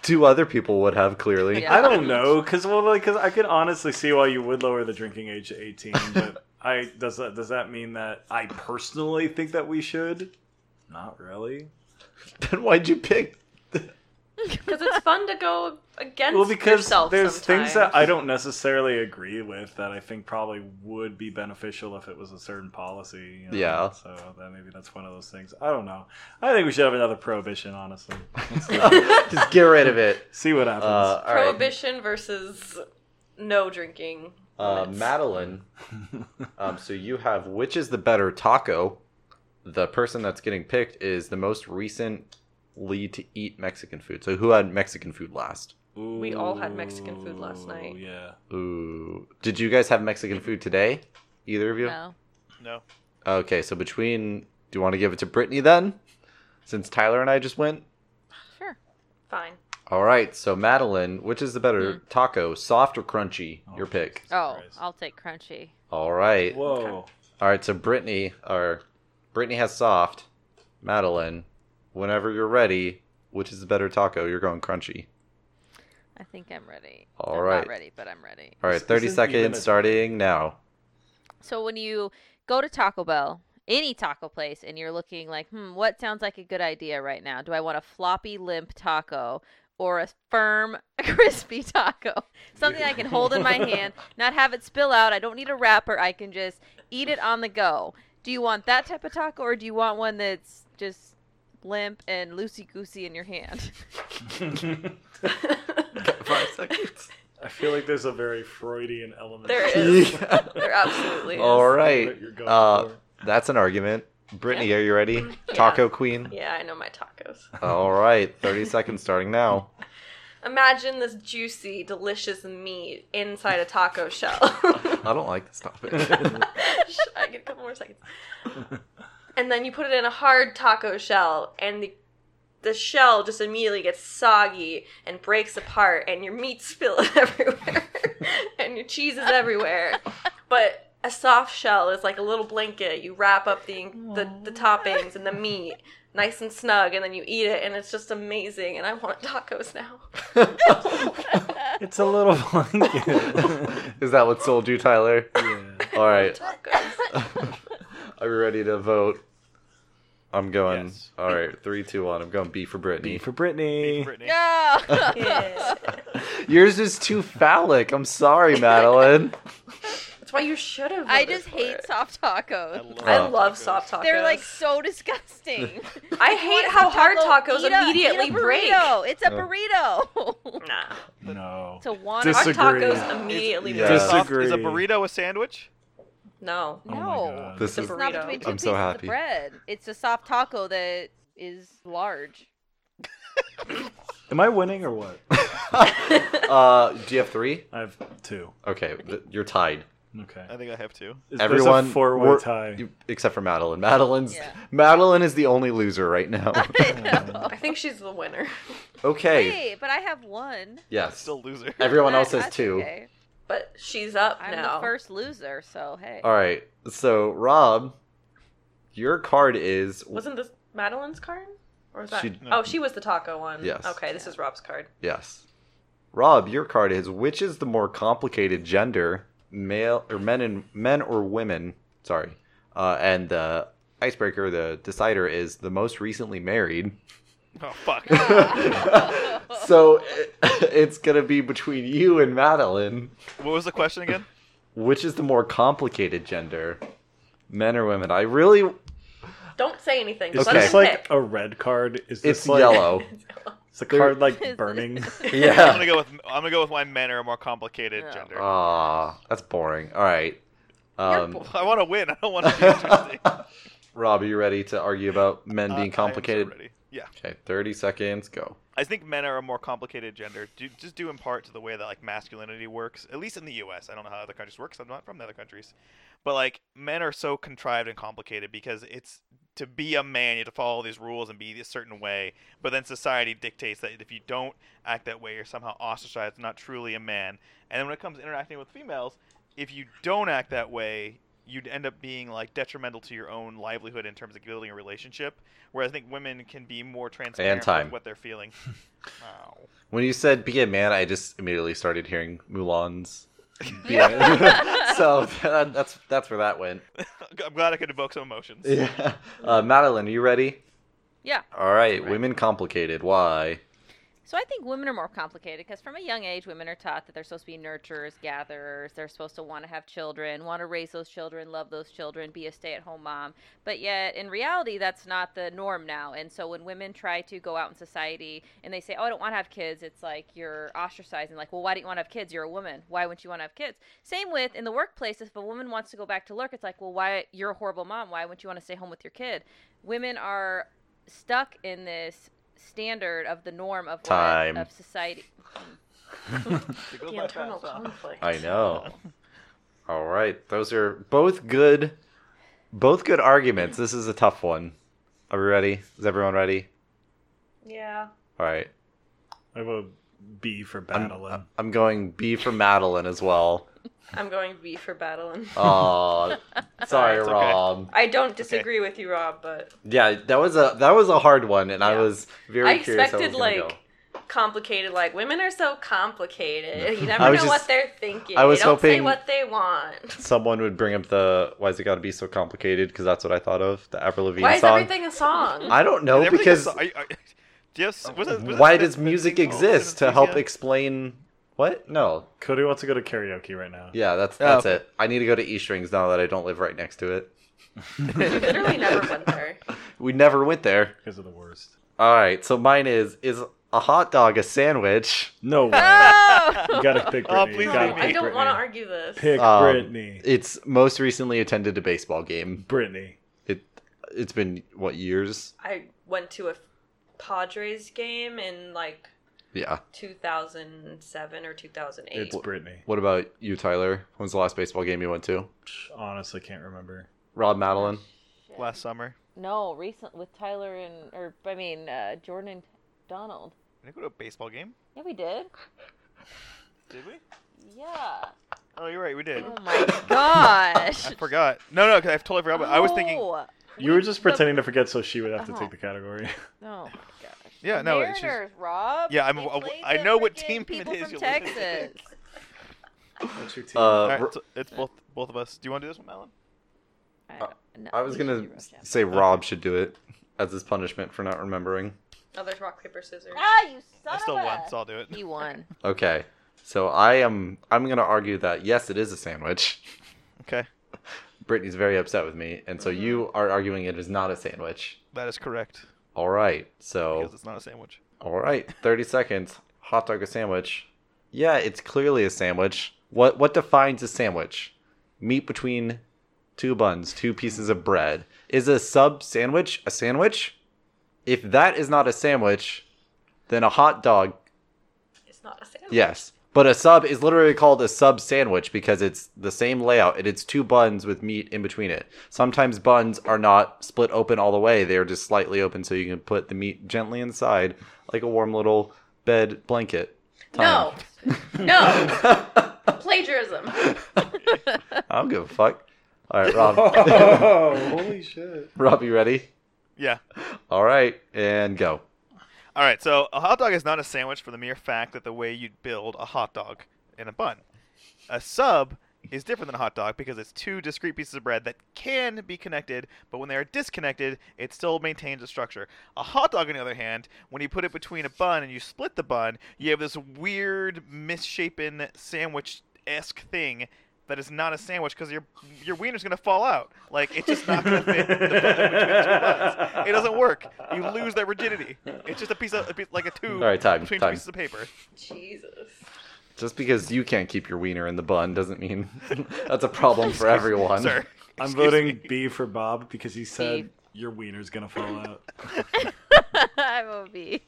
S1: Two other people would have clearly.
S4: Yeah.
S2: I don't know, cause well, like, 'cause I could honestly see why you would lower the drinking age to eighteen. But I does that does that mean that I personally think that we should? Not really.
S1: Then why'd you pick?
S3: Because it's fun to go against
S2: Well, because
S3: yourself
S2: there's
S3: sometimes.
S2: things that I don't necessarily agree with that I think probably would be beneficial if it was a certain policy. you know?
S1: Yeah.
S2: So that maybe that's one of those things. I don't know. I think we should have another prohibition. Honestly,
S1: just get rid of it.
S2: see what happens.
S1: Uh, all right.
S3: Prohibition versus no drinking.
S1: Uh,
S3: limits.
S1: Madeline, um, so you have which is the better taco? The person that's getting picked is the most recently to eat Mexican food. So who had Mexican food last?
S3: we all had Mexican food last
S2: Ooh,
S3: night.
S2: Yeah.
S1: Ooh, did you guys have Mexican food today? Either of you?
S4: No.
S5: No.
S1: Okay, so between, do you want to give it to Brittany then? Since Tyler and I just went.
S4: Sure.
S3: Fine.
S1: All right, so Madeline, which is the better taco, soft or crunchy? Your pick.
S4: Oh,
S2: Christ.
S4: I'll take crunchy.
S1: All right.
S2: Whoa.
S1: All right, so Brittany, or Brittany has soft. Madeline, whenever you're ready, which is the better taco? You're going crunchy.
S4: I think I'm ready.
S1: All
S4: I'm
S1: right.
S4: Not ready, but I'm ready.
S1: All right,
S2: This
S1: 30
S2: isn't even
S1: seconds
S2: a-
S1: starting now.
S4: So when you go to Taco Bell, any taco place, and you're looking like, hmm, what sounds like a good idea right now? Do I want a floppy, limp taco or a firm, crispy taco? Something I can hold in my hand, not have it spill out. I don't need a wrapper. I can just eat it on the go. Do you want that type of taco, or do you want one that's just limp and loosey goosey in your hand?
S1: Five seconds.
S2: I feel like there's a very Freudian element.
S3: There
S2: to
S3: is. there absolutely is.
S1: All right.
S2: What you're going
S1: Uh,
S2: for.
S1: that's an argument. Brittany, are you ready? Taco Queen?
S3: Yeah, I know my tacos.
S1: All right, 30 seconds starting now.
S3: Imagine this juicy, delicious meat inside a taco shell.
S1: I don't like this topic.
S3: Shh, I get a couple more seconds. And then you put it in a hard taco shell, and the the shell just immediately gets soggy and breaks apart, and your meat's spilling everywhere, and your cheese is everywhere. But a soft shell is like a little blanket. You wrap up the the, the toppings and the meat nice and snug, and then you eat it, and it's just amazing. And I want tacos now.
S2: It's a little blanket.
S1: Is that what sold you, Tyler?
S2: yeah.
S1: All right.
S3: Tacos.
S1: Are we ready to vote? I'm going.
S5: Yes.
S1: All right. Three, two, one. I'm going B for Brittany.
S2: B for Brittany.
S5: Brittany.
S4: No.
S3: Yeah.
S1: Yours is too phallic. I'm sorry, Madeline.
S3: That's why you should have.
S4: I
S3: voted
S4: just
S3: for
S4: hate
S3: it.
S4: soft tacos.
S1: I
S3: I
S1: Oh.
S3: love soft tacos.
S4: They're like so disgusting.
S3: I hate how hard tacos immediately break.
S4: burrito. It's a
S1: Yeah.
S4: burrito.
S3: Nah,
S2: No.
S4: it's a one.
S2: Dis-
S3: hard
S2: Disagree.
S3: tacos immediately
S1: Yeah.
S5: Is a
S3: break.
S5: soft- Is a
S2: Disagree.
S5: burrito a sandwich?
S3: No,
S2: Oh my
S4: no.
S2: God.
S1: This
S4: it's
S1: is.
S4: not
S3: burrito.
S4: between two
S1: I'm
S4: pieces
S1: so
S4: of
S1: happy.
S4: bread. It's a soft taco that is large.
S2: Am I winning or what?
S1: Uh, do you have three?
S2: I have two.
S1: Okay, th- you're tied.
S2: Okay.
S5: I think I have two.
S2: Is-
S1: Everyone,
S2: There's a four-way
S1: we're-
S2: tie.
S1: you- except for Madeline. Madeline's
S4: Yeah.
S1: Madeline is the only loser right now.
S3: I think she's the winner.
S1: okay.
S4: Hey, but I have one.
S1: Yes.
S5: Still loser.
S1: Everyone
S4: That-
S1: else has
S4: that's
S1: two.
S4: okay.
S3: But she's up
S4: I'm
S3: now.
S4: the first loser, so hey.
S1: All right. So Rob, your card is
S3: Wasn't this Madeline's card? Or was that?
S1: She-
S3: Oh, she was the taco one.
S1: Yes.
S3: Okay, this is Rob's card.
S1: yes. Rob, your card is which is the more complicated gender, male or men and men or women? Sorry. Uh, and the icebreaker, the decider is the most recently married.
S5: Oh fuck.
S1: so it- it's gonna be between you and Madeline.
S5: what was the question again?
S1: Which is the more complicated gender, men or women? I really
S3: Don't say anything.
S2: Is
S3: Let
S1: Okay.
S2: this
S3: us
S2: like
S3: pick.
S2: a red card? Is this
S1: it's
S2: like,
S1: yellow.
S2: Is the
S1: There-
S2: card like burning?
S5: I'm
S1: yeah.
S5: gonna go with I'm gonna go with why men are a more complicated
S4: Yeah.
S5: gender.
S1: Ah, that's boring. All right. Um,
S5: I want to win. I don't want to be interesting.
S1: Rob, are you ready to argue about men
S5: Uh, I am
S1: being
S5: so
S1: complicated?
S5: ready. Yeah,
S1: Okay, 30 seconds, go.
S5: I think men are a more complicated gender, due, just due in part to the way that like masculinity works. At least in the U.S., I don't know how other countries work. 'cause I'm not from the other countries, but like men are so contrived and complicated because it's to be a man, you have to follow these rules and be a certain way. But then society dictates that if you don't act that way, you're somehow ostracized, not truly a man. And then when it comes to interacting with females, if you don't act that way, you'd end up being like detrimental to your own livelihood in terms of building a relationship. Whereas I think women can be more transparent with
S1: time.
S5: what they're feeling. Wow.
S1: When you said be a man, I just immediately started hearing Mulan's. Be a man. so that, that's that's where that went.
S5: I'm glad I could evoke some emotions.
S1: Yeah. Uh, Madeline, are you ready?
S4: yeah.
S1: All right, women complicated. Why?
S4: So I think women are more complicated because from a young age, women are taught that they're supposed to be nurturers, gatherers. They're supposed to want to have children, want to raise those children, love those children, be a stay-at-home mom. But yet, in reality, that's not the norm now. And so when women try to go out in society and they say, "Oh, I don't want to have kids," it's like you're ostracizing. Like, well, why don't you want to have kids? You're a woman. Why wouldn't you want to have kids? Same with in the workplace. If a woman wants to go back to work, it's like, well, why? You're a horrible mom. Why wouldn't you want to stay home with your kid? Women are stuck in this standard of the norm of what-
S1: Time.
S4: of society.
S3: the internal conflict.
S1: I know. All right, those are both good, both good arguments. This is a tough one. Are we ready? Is everyone ready?
S3: Yeah.
S1: All right.
S2: I have a B for
S1: I'm,
S2: battling.
S1: I'm going B for Madeline as well.
S3: I'm going B for battling.
S1: Oh, sorry,
S5: It's okay.
S1: Rob.
S3: I don't disagree with you, Rob, but
S1: Yeah, that was a that was a hard one, and I
S3: Yeah.
S1: was very
S3: I
S1: curious. how it
S3: expected
S1: was gonna
S3: like complicated. Like women are so complicated. You never
S1: I
S3: know
S1: was
S3: what
S1: just-
S3: they're thinking.
S1: I was
S3: they don't say
S1: hoping-
S3: what they want.
S1: go. someone would bring up the "Why's it got to be so complicated?" because that's what I thought of the Avril Lavigne
S3: Why is
S1: song.
S3: everything a song?
S1: I don't know because
S5: Yes, was it, was
S1: why
S5: it,
S1: does music exist to help explain what? No,
S2: Cody wants to go to karaoke right now.
S1: yeah, that's that's it. I need to go to E strings now that I don't live right next to it.
S3: You literally never went there.
S1: We never went there.
S2: Because of the worst.
S1: All right, so mine is is a hot dog a sandwich?
S2: No way.
S4: Oh!
S2: You gotta pick Brittany.
S5: Oh, please
S2: you
S5: leave
S2: gotta
S5: me.
S3: I
S2: pick
S3: don't
S2: Brittany.
S3: want to argue this.
S2: Pick
S1: Um,
S2: Brittany.
S1: It's most recently attended a baseball game.
S2: Brittany.
S1: It it's been what years?
S3: I went to a Padres game in like
S1: Yeah.
S3: 2007 or 2008.
S2: It's Brittany.
S1: What about you, Tyler? When was the last baseball game you went to?
S2: Honestly, can't remember.
S1: Rob Madeline.
S5: Last summer.
S4: No, recent with Tyler and or I mean uh, Jordan and Donald.
S5: Did we go to a baseball game?
S4: Yeah, we did.
S5: Did we?
S4: Yeah.
S5: Oh, you're right. We did.
S4: Oh my gosh.
S5: I forgot. No, no, because I totally forgot. But I was thinking.
S4: No.
S2: You were just pretending to forget, so she would have to
S4: Uh-huh.
S2: take the category.
S4: Oh my gosh.
S5: Yeah, no, it's
S4: Mariners,
S5: just.
S4: Rob.
S5: Yeah, I'm-
S4: They
S5: I-
S4: played
S5: I
S4: the
S5: know what
S4: freaking
S5: team it
S4: people
S5: is,
S4: From
S5: you little-
S4: Texas.
S2: What's your team?
S1: Uh,
S5: All right,
S1: R-
S5: so it's both both of us. Do you want to do this one, Alan?
S4: I, no,
S1: Uh, I was
S4: we should
S1: gonna
S4: do Rob Chapman.
S1: say Rob should do it as his punishment for not remembering.
S3: Oh, there's rock, paper, scissors.
S4: Ah, you son
S5: I still
S4: of a.
S5: won, so I'll do it.
S4: He won.
S1: Okay. So I am. I'm gonna argue that yes, it is a sandwich.
S5: Okay,
S1: Brittany's very upset with me, and so you are arguing it is not a sandwich.
S5: that is correct
S1: All right.
S5: because
S1: So
S5: it's not a sandwich.
S1: all right. Thirty seconds. Hot dog a sandwich? Yeah, it's clearly a sandwich. What what defines a sandwich? Meat between two buns, two pieces of bread. Is a sub sandwich a sandwich? If that is not a sandwich, then a hot dog
S3: It's not a sandwich.
S1: Yes. But a sub is literally called a sub sandwich because it's the same layout and it's two buns with meat in between it. Sometimes buns are not split open all the way, they're just slightly open so you can put the meat gently inside like a warm little bed blanket.
S3: No.
S1: Time.
S3: No. Plagiarism.
S1: I don't give a fuck. All right, Rob.
S2: oh, holy shit!
S1: Rob, you ready?
S5: Yeah.
S1: All right, and go.
S5: All right. So a hot dog is not a sandwich for the mere fact that the way you'd build a hot dog in a bun. A sub is different than a hot dog because it's two discrete pieces of bread that can be connected, but when they are disconnected, it still maintains a structure. A hot dog, on the other hand, when you put it between a bun and you split the bun, you have this weird, misshapen sandwich esque thing that is not a sandwich because your your wiener's gonna fall out. Like it's just not gonna fit the bun in between the two buns. It doesn't work. You lose that rigidity. It's just a piece of a piece, like a tube
S1: All right, time,
S5: between
S1: time.
S5: two pieces of paper.
S3: Jesus.
S1: Just because you can't keep your wiener in the bun doesn't mean that's a problem for everyone.
S5: Sir,
S2: I'm
S5: excuse
S2: voting
S5: me.
S2: B for Bob because he said
S4: B.
S2: your wiener's gonna fall out.
S4: I will be.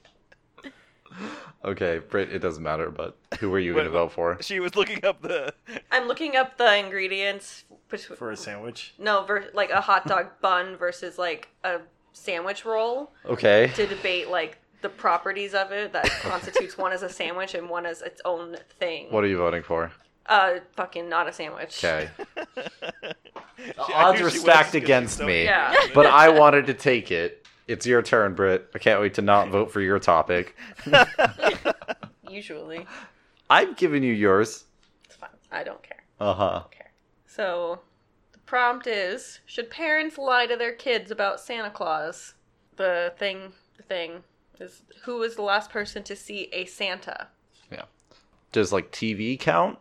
S1: Okay, Britt, it doesn't matter, but who were you going to
S5: Wait, what-
S1: vote for?
S5: She was looking up the
S3: I'm looking up the ingredients between
S2: for a sandwich.
S3: no, ver- like a hot dog bun versus like a sandwich roll
S1: Okay.
S3: to debate like the properties of it that constitutes one as a sandwich and one as its own thing.
S1: What are you voting for?
S3: Uh, fucking not a sandwich.
S1: Okay.
S5: She- I
S1: odds
S5: knew
S1: were
S5: she was,
S1: stacked
S5: 'cause she's
S1: against
S5: so
S1: me.
S3: Yeah.
S1: But I wanted to take it. It's your turn, Britt. I can't wait to not vote for your topic.
S3: Usually,
S1: I've given you yours.
S3: it's fine. I don't care.
S1: Uh
S2: Uh-huh.
S1: huh.
S3: Okay. So, the prompt is: Should parents lie to their kids about Santa Claus? The thing, the thing is, who was the last person to see a Santa?
S1: Yeah. Does like TV count?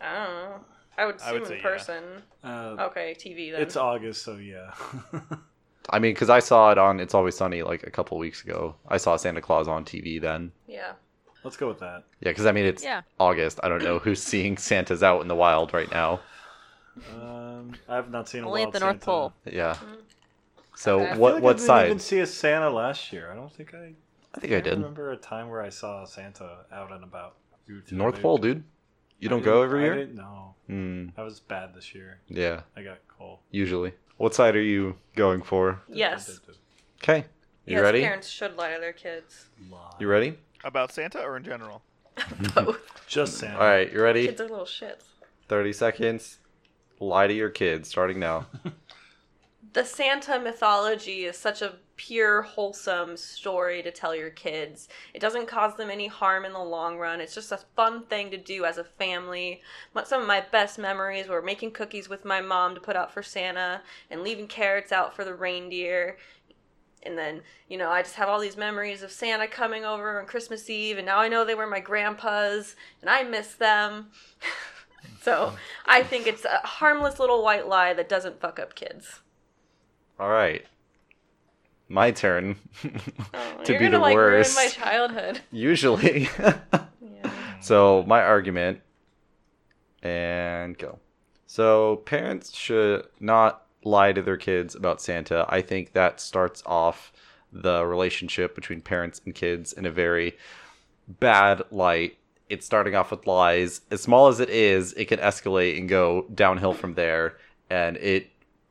S3: I don't know. I would
S5: I
S3: assume
S5: would say
S3: in
S5: yeah.
S3: person.
S2: Uh,
S3: Okay, TV then.
S2: It's August, so yeah.
S1: I mean, because I saw it on It's Always Sunny like a couple weeks ago. I saw Santa Claus on TV then.
S3: yeah.
S2: Let's go with that.
S1: Yeah, because I mean, it's
S4: Yeah.
S1: August. I don't know who's seeing Santa's out in the wild right now.
S2: Um, I've not seen a
S4: Only at
S2: wild
S4: the North
S2: Santa.
S4: Pole.
S1: Yeah. So
S3: Okay. I feel
S1: what
S2: I feel like I
S1: what
S2: didn't
S1: side?
S2: Even see a Santa last year. I don't think I.
S1: I think I
S2: can't
S1: did.
S2: remember a time where I saw Santa out and about. due to
S1: North
S2: the-
S1: Pole, dude. You don't
S2: I
S1: go
S2: didn't-
S1: every
S2: I
S1: year?
S2: didn't- No,
S1: Mm,
S2: I was bad this year.
S1: yeah,
S2: I got cold.
S1: usually. What side are you going for?
S3: Yes.
S1: Okay. You
S3: yes,
S1: ready?
S3: Parents should lie to their kids.
S2: Lie.
S1: You ready?
S5: about Santa or in general.
S2: Just Santa.
S1: All right, you ready?
S3: Kids are little shits.
S1: 30 seconds. Lie to your kids starting now.
S3: The Santa mythology is such a pure, wholesome story to tell your kids. It doesn't cause them any harm in the long run. It's just a fun thing to do as a family. But Some of my best memories were making cookies with my mom to put out for Santa and leaving carrots out for the reindeer. And then, you know, I just have all these memories of Santa coming over on Christmas Eve, and now I know they were my grandpa's, and I miss them. so I think it's a harmless little white lie that doesn't fuck up kids.
S1: All right. My turn.
S3: Oh,
S1: to
S3: you're
S1: be
S3: gonna
S1: the
S3: like
S1: worst.
S3: ruin my childhood.
S1: Usually.
S3: Yeah.
S1: so, my argument and go. So, parents should not lie to their kids about Santa. I think that starts off the relationship between parents and kids in a very bad light. It's starting off with lies. As small as it is, it can escalate and go downhill from there. And it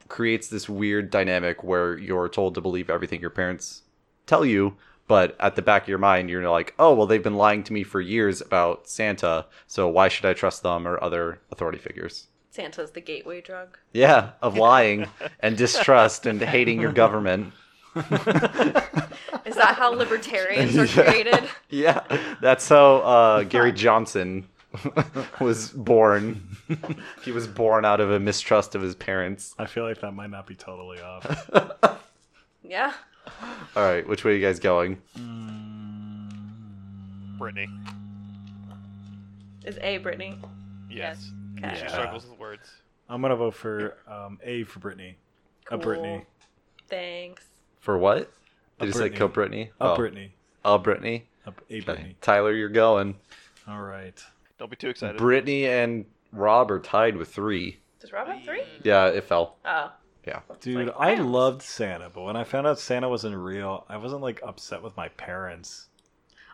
S1: creates this weird dynamic where you're told to believe everything your parents tell you, but at the back of your mind, you're like, oh, well, they've been lying to me for years about Santa, so why should I trust them or other authority figures?
S3: Santa's the gateway drug.
S1: Yeah, of lying and distrust and hating your government.
S3: Is that how libertarians are
S1: Yeah.
S3: created?
S1: Yeah, that's how uh, Gary Johnson was born. he was born out of a mistrust of his parents.
S2: I feel like that might not be totally off.
S3: Yeah.
S1: All right, which way are you guys going?
S5: Brittany.
S3: Mm. Is A Brittany?
S5: Yes.
S3: Okay.
S5: She
S2: Yeah.
S5: struggles with words.
S2: I'm gonna vote for um, A for Brittany. A Brittany.
S3: Cool. Thanks.
S1: For what?
S2: A
S1: Did you say
S2: Britney.
S1: kill Brittany?
S2: A Brittany.
S1: Oh, Brittany.
S2: A, a
S1: Okay.
S2: Brittany.
S1: Tyler, you're going.
S2: All right.
S5: Don't be too excited.
S1: Brittany and Rob are tied with three.
S3: Does Rob have three?
S1: Yeah, it fell.
S3: Oh.
S1: Yeah.
S2: Dude,
S3: Like,
S2: I
S3: yeah.
S2: loved Santa, but when I found out Santa wasn't real, I wasn't like upset with my parents.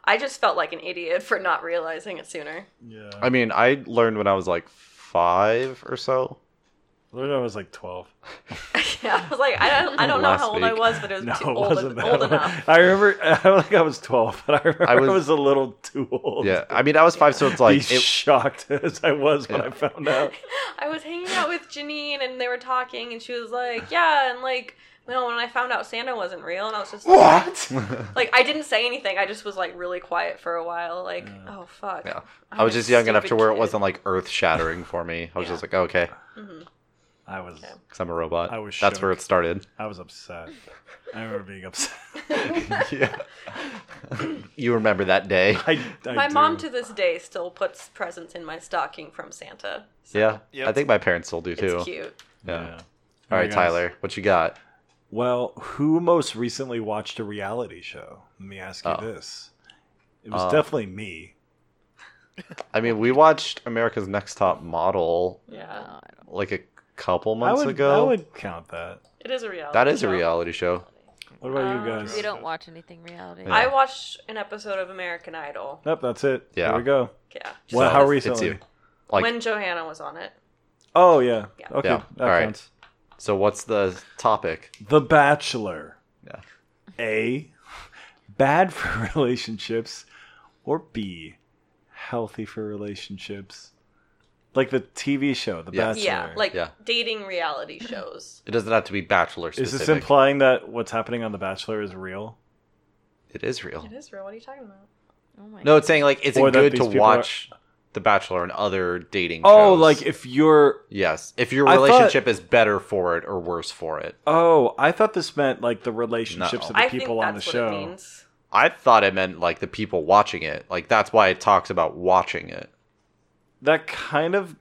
S3: I just felt like an idiot for not realizing it sooner.
S2: Yeah.
S1: I mean, I learned when I was like five or so.
S2: Literally, I was like 12.
S3: yeah, I was like, I don't, I don't know
S1: Last
S3: how old I
S1: week.
S3: was, but it was
S2: No,
S3: too
S2: it
S3: old,
S2: wasn't that
S3: old
S2: old.
S3: enough.
S2: I remember, I don't think I was 12, but I remember I
S1: I
S2: was,
S1: was-
S2: a little too old.
S1: Yeah, I mean, I was five, so it's like
S2: Be
S1: it,
S2: shocked as I was when
S1: Yeah.
S2: I found out.
S3: I was hanging out with Janine, and they were talking, and she was like, "Yeah," and like, you know, when I found out Santa wasn't real, and I was just like, Like, I didn't say anything. I just was like really quiet for a while. Like,
S2: Yeah.
S3: oh fuck.
S1: Yeah.
S3: I'm
S1: I was
S3: a
S1: just young enough to
S3: stupid
S1: where it
S3: kid."
S1: wasn't like earth shattering for me. I was
S3: Yeah.
S1: just like, okay,
S3: Mhm.
S2: I was,
S3: Okay.
S1: because I'm a robot.
S2: I was
S1: That's where
S2: shook.
S1: it started.
S2: I was upset. I remember being upset.
S1: yeah. you remember that day.
S2: I, I
S3: My mom
S2: do.
S3: to this day still puts presents in my stocking from Santa. So
S1: Yeah.
S5: Yep.
S1: I think my parents still do too.
S3: It's cute.
S1: Yeah.
S2: Yeah.
S1: All
S2: my
S1: right,
S2: gosh.
S1: Tyler, what you got?
S2: Well, who most recently watched a reality show? Let me ask you
S1: Oh.
S2: this. It was
S1: Uh,
S2: definitely me.
S1: I mean, we watched America's Next Top Model
S3: Yeah.
S4: No, I don't-
S1: like a couple
S2: I
S1: months
S2: would,
S1: ago.
S2: I would count that.
S3: It is a reality.
S1: that is a
S3: show.
S1: reality show.
S2: What about
S3: Uh,
S2: you guys?
S4: We don't watch anything reality.
S1: Yeah.
S3: I watched an episode of American Idol.
S2: Nope, that's it.
S1: Yeah.
S2: Here we go.
S3: Yeah.
S2: Well,
S1: So
S2: how
S1: it's- it's
S2: recently?
S1: you. Like,
S3: when Johanna was on it.
S2: Oh yeah.
S3: Yeah.
S2: Okay.
S1: Yeah.
S2: That
S1: All right.
S2: counts.
S1: so what's the topic?
S2: The Bachelor.
S1: Yeah.
S2: A. Bad for relationships, or B. Healthy for relationships. Like the TV show, The
S1: Yeah.
S2: Bachelor.
S3: Yeah, like
S1: Yeah.
S3: dating reality shows.
S1: It doesn't have to be bachelor
S2: Is
S1: specific.
S2: this implying that what's happening on The Bachelor is real?
S1: It is real.
S3: It is real. What are you talking about?
S4: Oh my
S1: No, it's saying like, is
S2: Or
S1: it
S2: that
S1: good
S2: these
S1: to
S2: people are-
S1: watch The Bachelor and other dating?
S2: Oh,
S1: shows?
S2: like if you're
S1: yes, if your
S2: I thought-
S1: relationship is better for it or worse for it.
S2: Oh, I thought this meant like the relationships
S1: No.
S2: of the
S3: I think
S2: people on the
S3: that's what
S2: show.
S3: it means.
S1: I thought it meant like the people watching it. Like that's why it talks about watching it.
S2: That kind of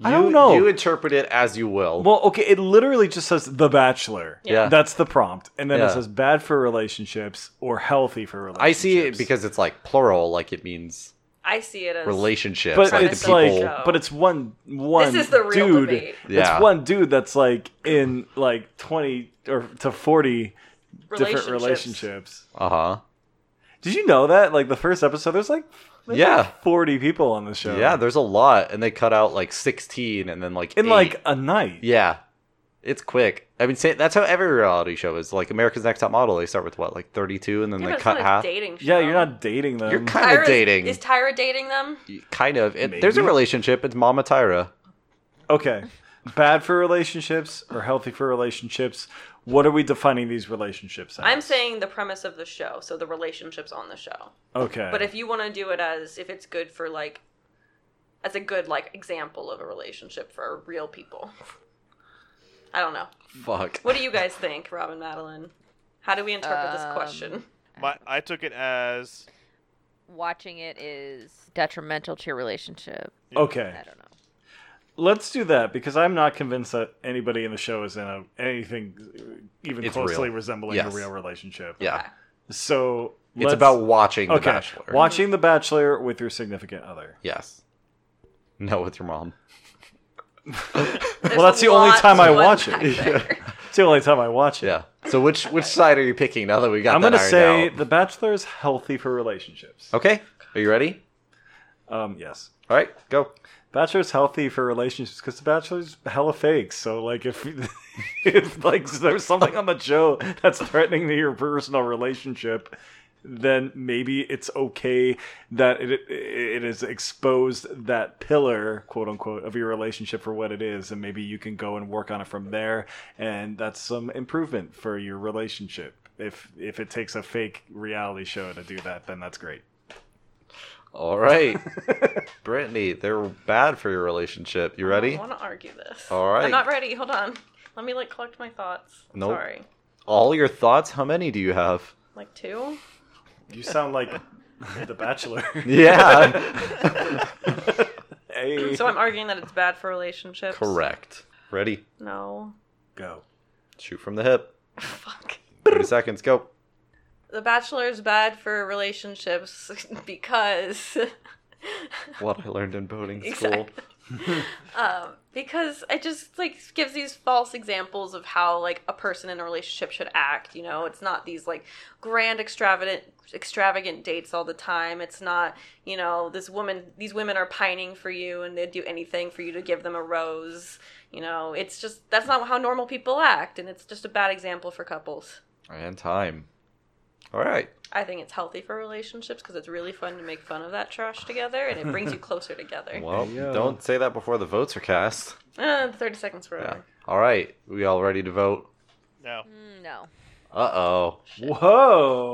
S1: You,
S2: I don't know.
S1: You interpret it as you will.
S2: Well, okay, it literally just says The Bachelor.
S1: yeah.
S2: That's the prompt. And then it
S1: Yeah.
S2: says bad for relationships or healthy for relationships.
S1: I see it because it's like plural, like it means
S3: I see it as
S1: relationships.
S2: but
S1: like
S2: it's
S1: the people.
S2: like but it's one one
S3: This is the real
S2: dude.
S3: debate.
S1: Yeah.
S2: It's one dude that's like in like 20 or to 40 different relationships.
S1: uh huh.
S2: Did you know that like the first episode there's like there's
S1: Yeah.
S2: like 40 people on the show.
S1: Yeah, there's a lot, and they cut out like 16, and then like
S2: in
S1: eight.
S2: like a night.
S1: Yeah. It's quick. I mean, say, that's how every reality show is. Like America's Next Top Model, they start with what, like 32, and then
S3: Yeah, but
S1: they
S3: it's
S1: cut
S3: not a
S1: half.
S3: dating show.
S2: Yeah, you're not dating them.
S1: You're kind of
S3: Tyra's-
S1: dating.
S3: Is Tyra dating them?
S1: kind of. It, there's a
S2: Maybe.
S1: relationship. It's Mama Tyra.
S2: Okay. Bad for relationships or healthy for relationships? What are we defining these relationships as?
S3: I'm saying the premise of the show, so the relationships on the show.
S2: Okay.
S3: But if you want to do it as if it's good for like as a good like example of a relationship for real people. I don't know.
S1: Fuck.
S3: What do you guys think, Rob and Madeline? How do we interpret this
S4: Um,
S3: question?
S5: My, I took it as
S4: watching it is detrimental to your relationship.
S2: okay.
S4: I don't know.
S2: Let's do that because I'm not convinced that anybody in the show is in a, anything even
S1: It's
S2: closely
S1: real.
S2: resembling
S1: Yes.
S2: a real relationship.
S1: Yeah.
S3: Okay.
S2: So
S1: It's
S2: let's-
S1: about watching The
S2: okay.
S1: Bachelor.
S2: Watching The Bachelor with your significant other.
S1: yes. No, with your mom.
S3: There's
S2: well, that's
S3: a
S2: the only
S3: lot
S2: time
S3: to
S2: I watch
S3: unpack
S2: it.
S3: there.
S2: It's the only time I watch it.
S1: Yeah. So which which side are you picking now that we got?
S2: I'm
S1: that
S2: gonna
S1: ironed
S2: say
S1: out?
S2: the bachelor is healthy for relationships.
S1: Okay. Are you ready?
S2: Um, yes.
S1: All right, go.
S2: Bachelor's healthy for relationships because the Bachelor's hella fake. So like if if like there's something on the show that's threatening to your personal relationship, then maybe it's okay that it it is exposed that pillar quote unquote of your relationship for what it is, and maybe you can go and work on it from there, and that's some improvement for your relationship. If if it takes a fake reality show to do that, then that's great.
S1: All right, Brittany, they're bad for your relationship. You
S3: I
S1: ready?
S3: want to argue this.
S1: All right.
S3: I'm not ready. Hold on. Let me like collect my thoughts. I'm
S1: Nope.
S3: Sorry.
S1: All your thoughts. How many do you have?
S3: Like two.
S2: You sound like The Bachelor.
S1: Yeah.
S2: hey.
S3: So I'm arguing that it's bad for relationships.
S1: Correct. Ready?
S3: No.
S2: Go.
S1: Shoot from the hip.
S3: Fuck.
S1: Thirty seconds. Go.
S3: The Bachelor is bad for relationships because
S1: What I learned in boating school.
S3: Exactly. um, because it just like gives these false examples of how like a person in a relationship should act. You know, it's not these like grand extravagant extravagant dates all the time. It's not you know this woman these women are pining for you and they'd do anything for you to give them a rose. You know, it's just that's not how normal people act, and it's just a bad example for couples.
S1: And time. All right.
S3: I think it's healthy for relationships because it's really fun to make fun of that trash together, and it brings you closer together.
S1: Well,
S2: Hey, yo.
S1: don't say that before the votes are cast.
S3: Uh, Thirty seconds for
S1: Yeah. All right. We all ready to vote?
S5: No.
S4: Mm, no.
S1: Uh oh.
S2: Whoa.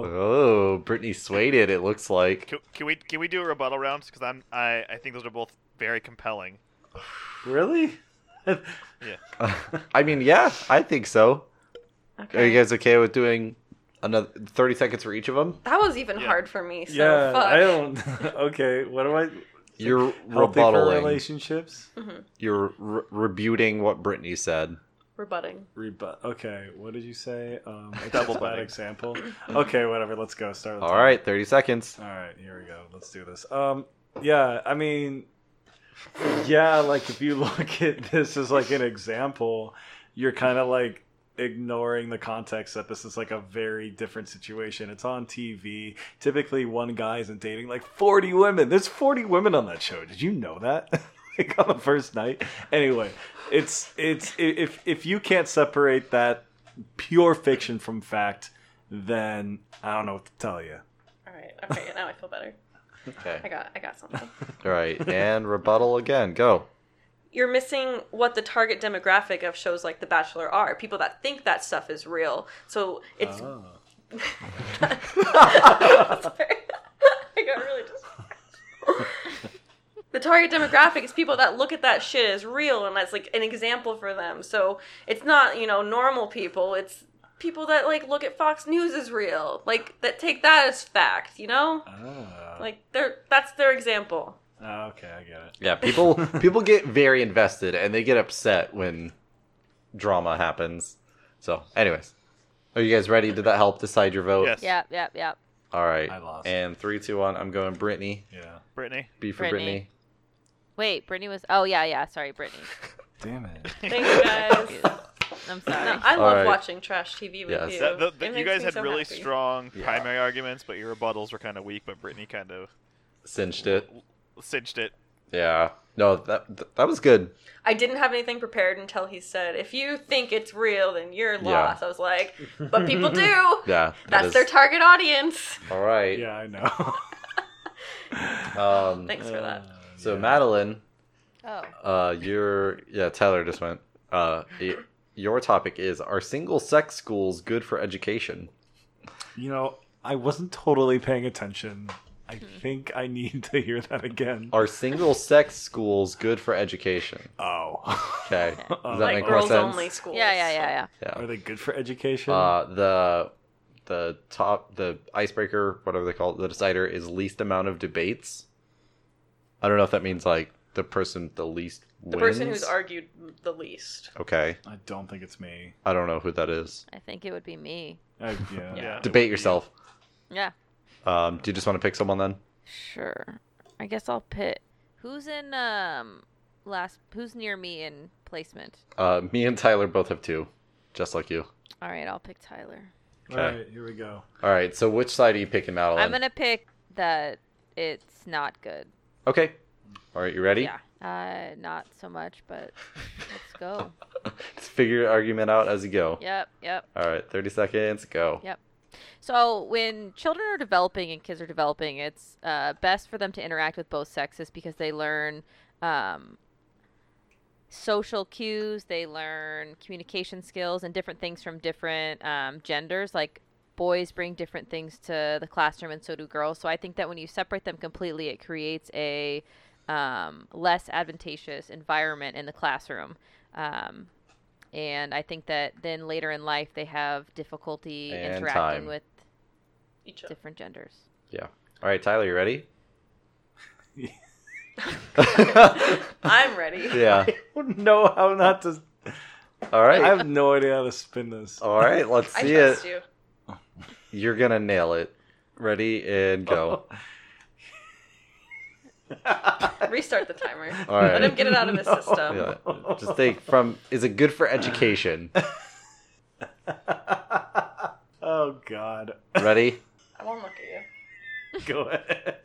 S1: Oh, Brittany swayed it. It looks like.
S5: Can, can we can we do a rebuttal round? Because I'm I, I think those are both very compelling.
S2: Really?
S1: I mean, yeah, I think so. Are
S3: Okay.
S1: you guys okay with doing another thirty seconds for each of them?
S3: That was even
S5: Yeah.
S3: hard for me. So
S2: yeah.
S3: fuck.
S2: I don't. okay. What am I?
S1: You're
S2: Healthy for
S1: rebuttaling.
S2: relationships.
S1: You're re- rebuting what Brittany said.
S3: Rebutting.
S2: Rebut. Okay. What did you say? Um, it's
S5: Double
S2: a bad
S5: butting.
S2: example. Okay. Whatever. Let's go. Start. With
S1: All right, thirty seconds.
S2: All right. Here we go. Let's do this. Um. Yeah. I mean. Yeah. Like if you look at this as like an example, you're kind of like ignoring the context that this is like a very different situation. It's on TV. Typically, one guy isn't dating like 40 women. There's 40 women on that show. Did you know that? like on the first night. Anyway, it's it's i- if if you can't separate that pure fiction from fact, then I don't know what to tell you.
S3: All right. Okay. Now I feel better. I
S1: Okay.
S3: got. I got something.
S1: All right, and rebuttal again. Go.
S3: You're missing what the target demographic of shows like The Bachelor are. People that think that stuff is real. So it's.
S2: Ah.
S3: Sorry. I got really just. the target demographic is people that look at that shit as real and that's like an example for them. So it's not, you know, normal people. It's people that like look at Fox News as real. Like that take that as fact, you know?
S2: Ah.
S3: Like they're that's their example.
S2: Ah, okay, I get it.
S1: Yeah, people people get very invested and they get upset when drama happens. So, anyways, are you guys ready? Did that help decide your vote?
S5: Yes.
S4: Yep, yep, yep.
S1: All right.
S2: I lost.
S1: And three, two, one. I'm going Brittany.
S2: Yeah.
S5: Brittany.
S1: B for Brittany.
S4: Brittany. Wait, Brittany was. Oh yeah, yeah. Sorry, Brittany.
S2: Damn it.
S3: Thank you guys.
S4: I'm
S3: No,
S4: sorry.
S3: I
S1: All
S3: love
S1: right.
S3: watching trash TV with
S1: Yes.
S3: you.
S5: That- the- the-
S3: It
S5: you
S3: makes
S5: guys
S3: me
S5: had
S3: so
S5: really
S3: happy.
S5: strong
S1: Yeah.
S5: primary arguments, but your rebuttals were kind of weak. But Brittany kind of
S1: Cinched it.
S5: cinched it.
S1: Yeah. No, that th- that was good.
S3: I didn't have anything prepared until he said, "If you think it's real, then you're
S1: Yeah.
S3: lost." I was like, "But people do.
S1: Yeah. that
S3: That's
S1: is-
S3: their target audience."
S1: All right.
S2: Yeah, I know.
S1: Um,
S3: Thanks for that.
S1: so
S2: Yeah.
S1: Madeline,
S4: Oh.
S1: uh, your yeah, Tyler just went. Uh, y- your topic is: Are single-sex schools good for education?
S2: You know, I wasn't totally paying attention. I
S3: Hmm.
S2: think I need to hear that again.
S1: Are single-sex schools good for education?
S2: Oh.
S1: Okay. Does that
S2: Like
S1: make more
S3: Girls
S1: sense?
S3: only schools.
S4: Yeah, yeah, yeah,
S2: Are
S1: Yeah.
S2: they good for education?
S1: Uh, the the top the icebreaker, whatever they call it, the decider is least amount of debates. I don't know if that means like the person with the least
S3: The
S1: wins.
S3: person who's argued the least.
S1: okay.
S2: I don't think it's me.
S1: I don't know who that is.
S4: I think it would be me.
S2: I, yeah.
S5: Yeah. It would
S1: Debate
S5: be-
S1: yourself.
S4: Yeah.
S1: Um, do you just want to pick someone then?
S4: Sure. I guess I'll pit. Who's in um last? Who's near me in placement?
S1: Uh, me and Tyler both have two, just like you.
S4: All right, I'll pick Tyler.
S1: Okay.
S2: All right, here we go.
S1: All right. So which side are you picking, Madeline?
S4: I'm gonna pick that it's not good.
S1: Okay. All right. You ready?
S4: Yeah, uh, not so much, but let's go.
S1: Let's figure your argument out as you go.
S4: yep, yep.
S1: All right. Thirty seconds. Go.
S4: Yep. So when children are developing and kids are developing, it's uh, best for them to interact with both sexes because they learn um, social cues, they learn communication skills, and different things from different um, genders. Like boys bring different things to the classroom, and so do girls. So I think that when you separate them completely, it creates a um, less advantageous environment in the classroom. Um, and I think that then later in life they have difficulty
S1: And
S4: interacting
S1: time.
S4: with
S3: Each other.
S4: different genders.
S1: All right, Tyler. You ready?
S3: I'm ready.
S1: yeah.
S2: I don't know how not to.
S1: All
S2: I
S1: right.
S2: have no idea how to spin this.
S1: All right. Let's
S3: I
S1: see
S3: trust
S1: it.
S3: you.
S1: You're gonna nail it. Ready and go.
S3: Restart the timer.
S1: All right.
S3: Let him get it out of his system.
S1: Yeah. Just think from is it good for education?
S2: oh God.
S1: Ready?
S3: I won't look at you.
S2: Go ahead.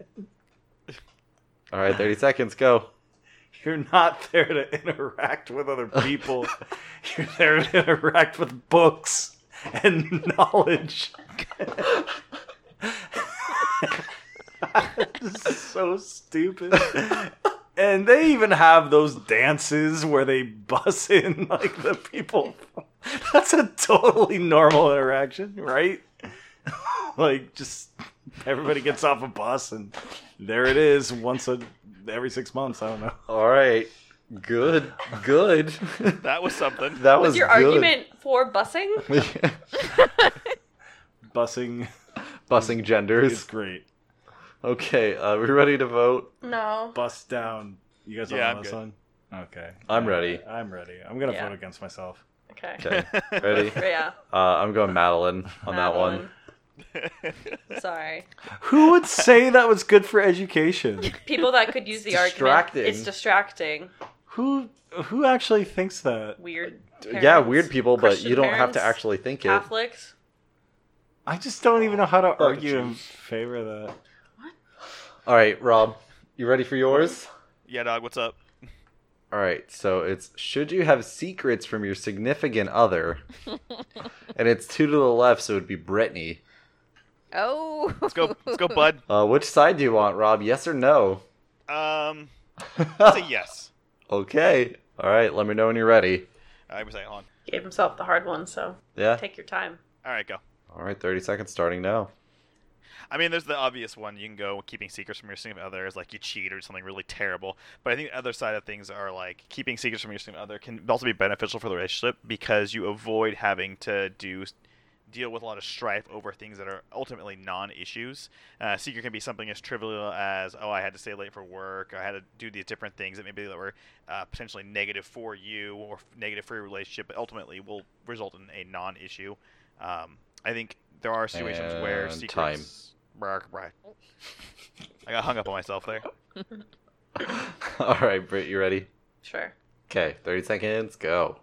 S1: All right, 30 seconds, go.
S2: You're not there to interact with other people. You're there to interact with books and knowledge. This is so stupid. And they even have those dances where they bus in like the people. That's a totally normal interaction, right? like just everybody gets off a bus and there it is once a every six months. I don't know.
S1: All right. Good. Good.
S5: That was something.
S1: that
S3: Was,
S1: was
S3: your
S1: good.
S3: argument for busing?
S1: argument
S2: Bussing
S1: bussing
S2: is
S1: genders?
S2: great.
S1: Okay, uh, we ready to vote?
S3: No.
S2: Bus down. You guys all
S5: Yeah,
S2: know
S5: I'm
S2: that
S5: good.
S2: song? Okay.
S1: I'm ready.
S2: I'm ready. I'm gonna
S3: Yeah.
S2: vote against myself.
S3: Okay.
S1: Okay. Ready?
S3: Yeah.
S1: Uh, I'm going Madeline on that one.
S3: Madeline. Sorry.
S2: Who would say that was good for education?
S3: People that could use the
S1: Distracting.
S3: argument. It's distracting.
S2: Who who actually thinks that?
S3: Weird.
S1: Uh, yeah,
S3: parents,
S1: weird people, but
S3: Christian
S1: you don't have to
S3: parents,
S1: actually think it.
S3: Catholics.
S2: I just don't even know how to
S1: the
S2: argue in favor of that.
S1: All right, Rob, you ready for yours?
S5: yeah, dog. What's up?
S1: All right, so it's should you have secrets from your significant other? and it's two to the left, so it would be Brittany.
S4: Oh,
S5: Let's go. Let's go, bud.
S1: Uh, which side do you want, Rob? Yes or no?
S5: Um, I'll say yes.
S1: Okay. All right. Let me know when you're ready.
S5: I was saying, hold on.
S3: Gave himself the hard one, so
S1: Yeah.
S3: take your time.
S5: All right, go.
S1: All right. 30 seconds starting now.
S5: I mean, there's the obvious one. You can go keeping secrets from your significant other is like you cheat or something really terrible. But I think the other side of things are like keeping secrets from your significant other can also be beneficial for the relationship because you avoid having to do deal with a lot of strife over things that are ultimately non-issues. Uh, secret can be something as trivial as oh, I had to stay late for work, or I had to do these different things that maybe that were uh, potentially negative for you or f- negative for your relationship, but ultimately will result in a non-issue. Um, I think there are situations where
S1: And
S5: secrets.
S1: time.
S5: Brr, brr. I got hung up on myself there.
S1: All right, Britt, you ready?
S3: Sure.
S1: Okay. 30 seconds. Go.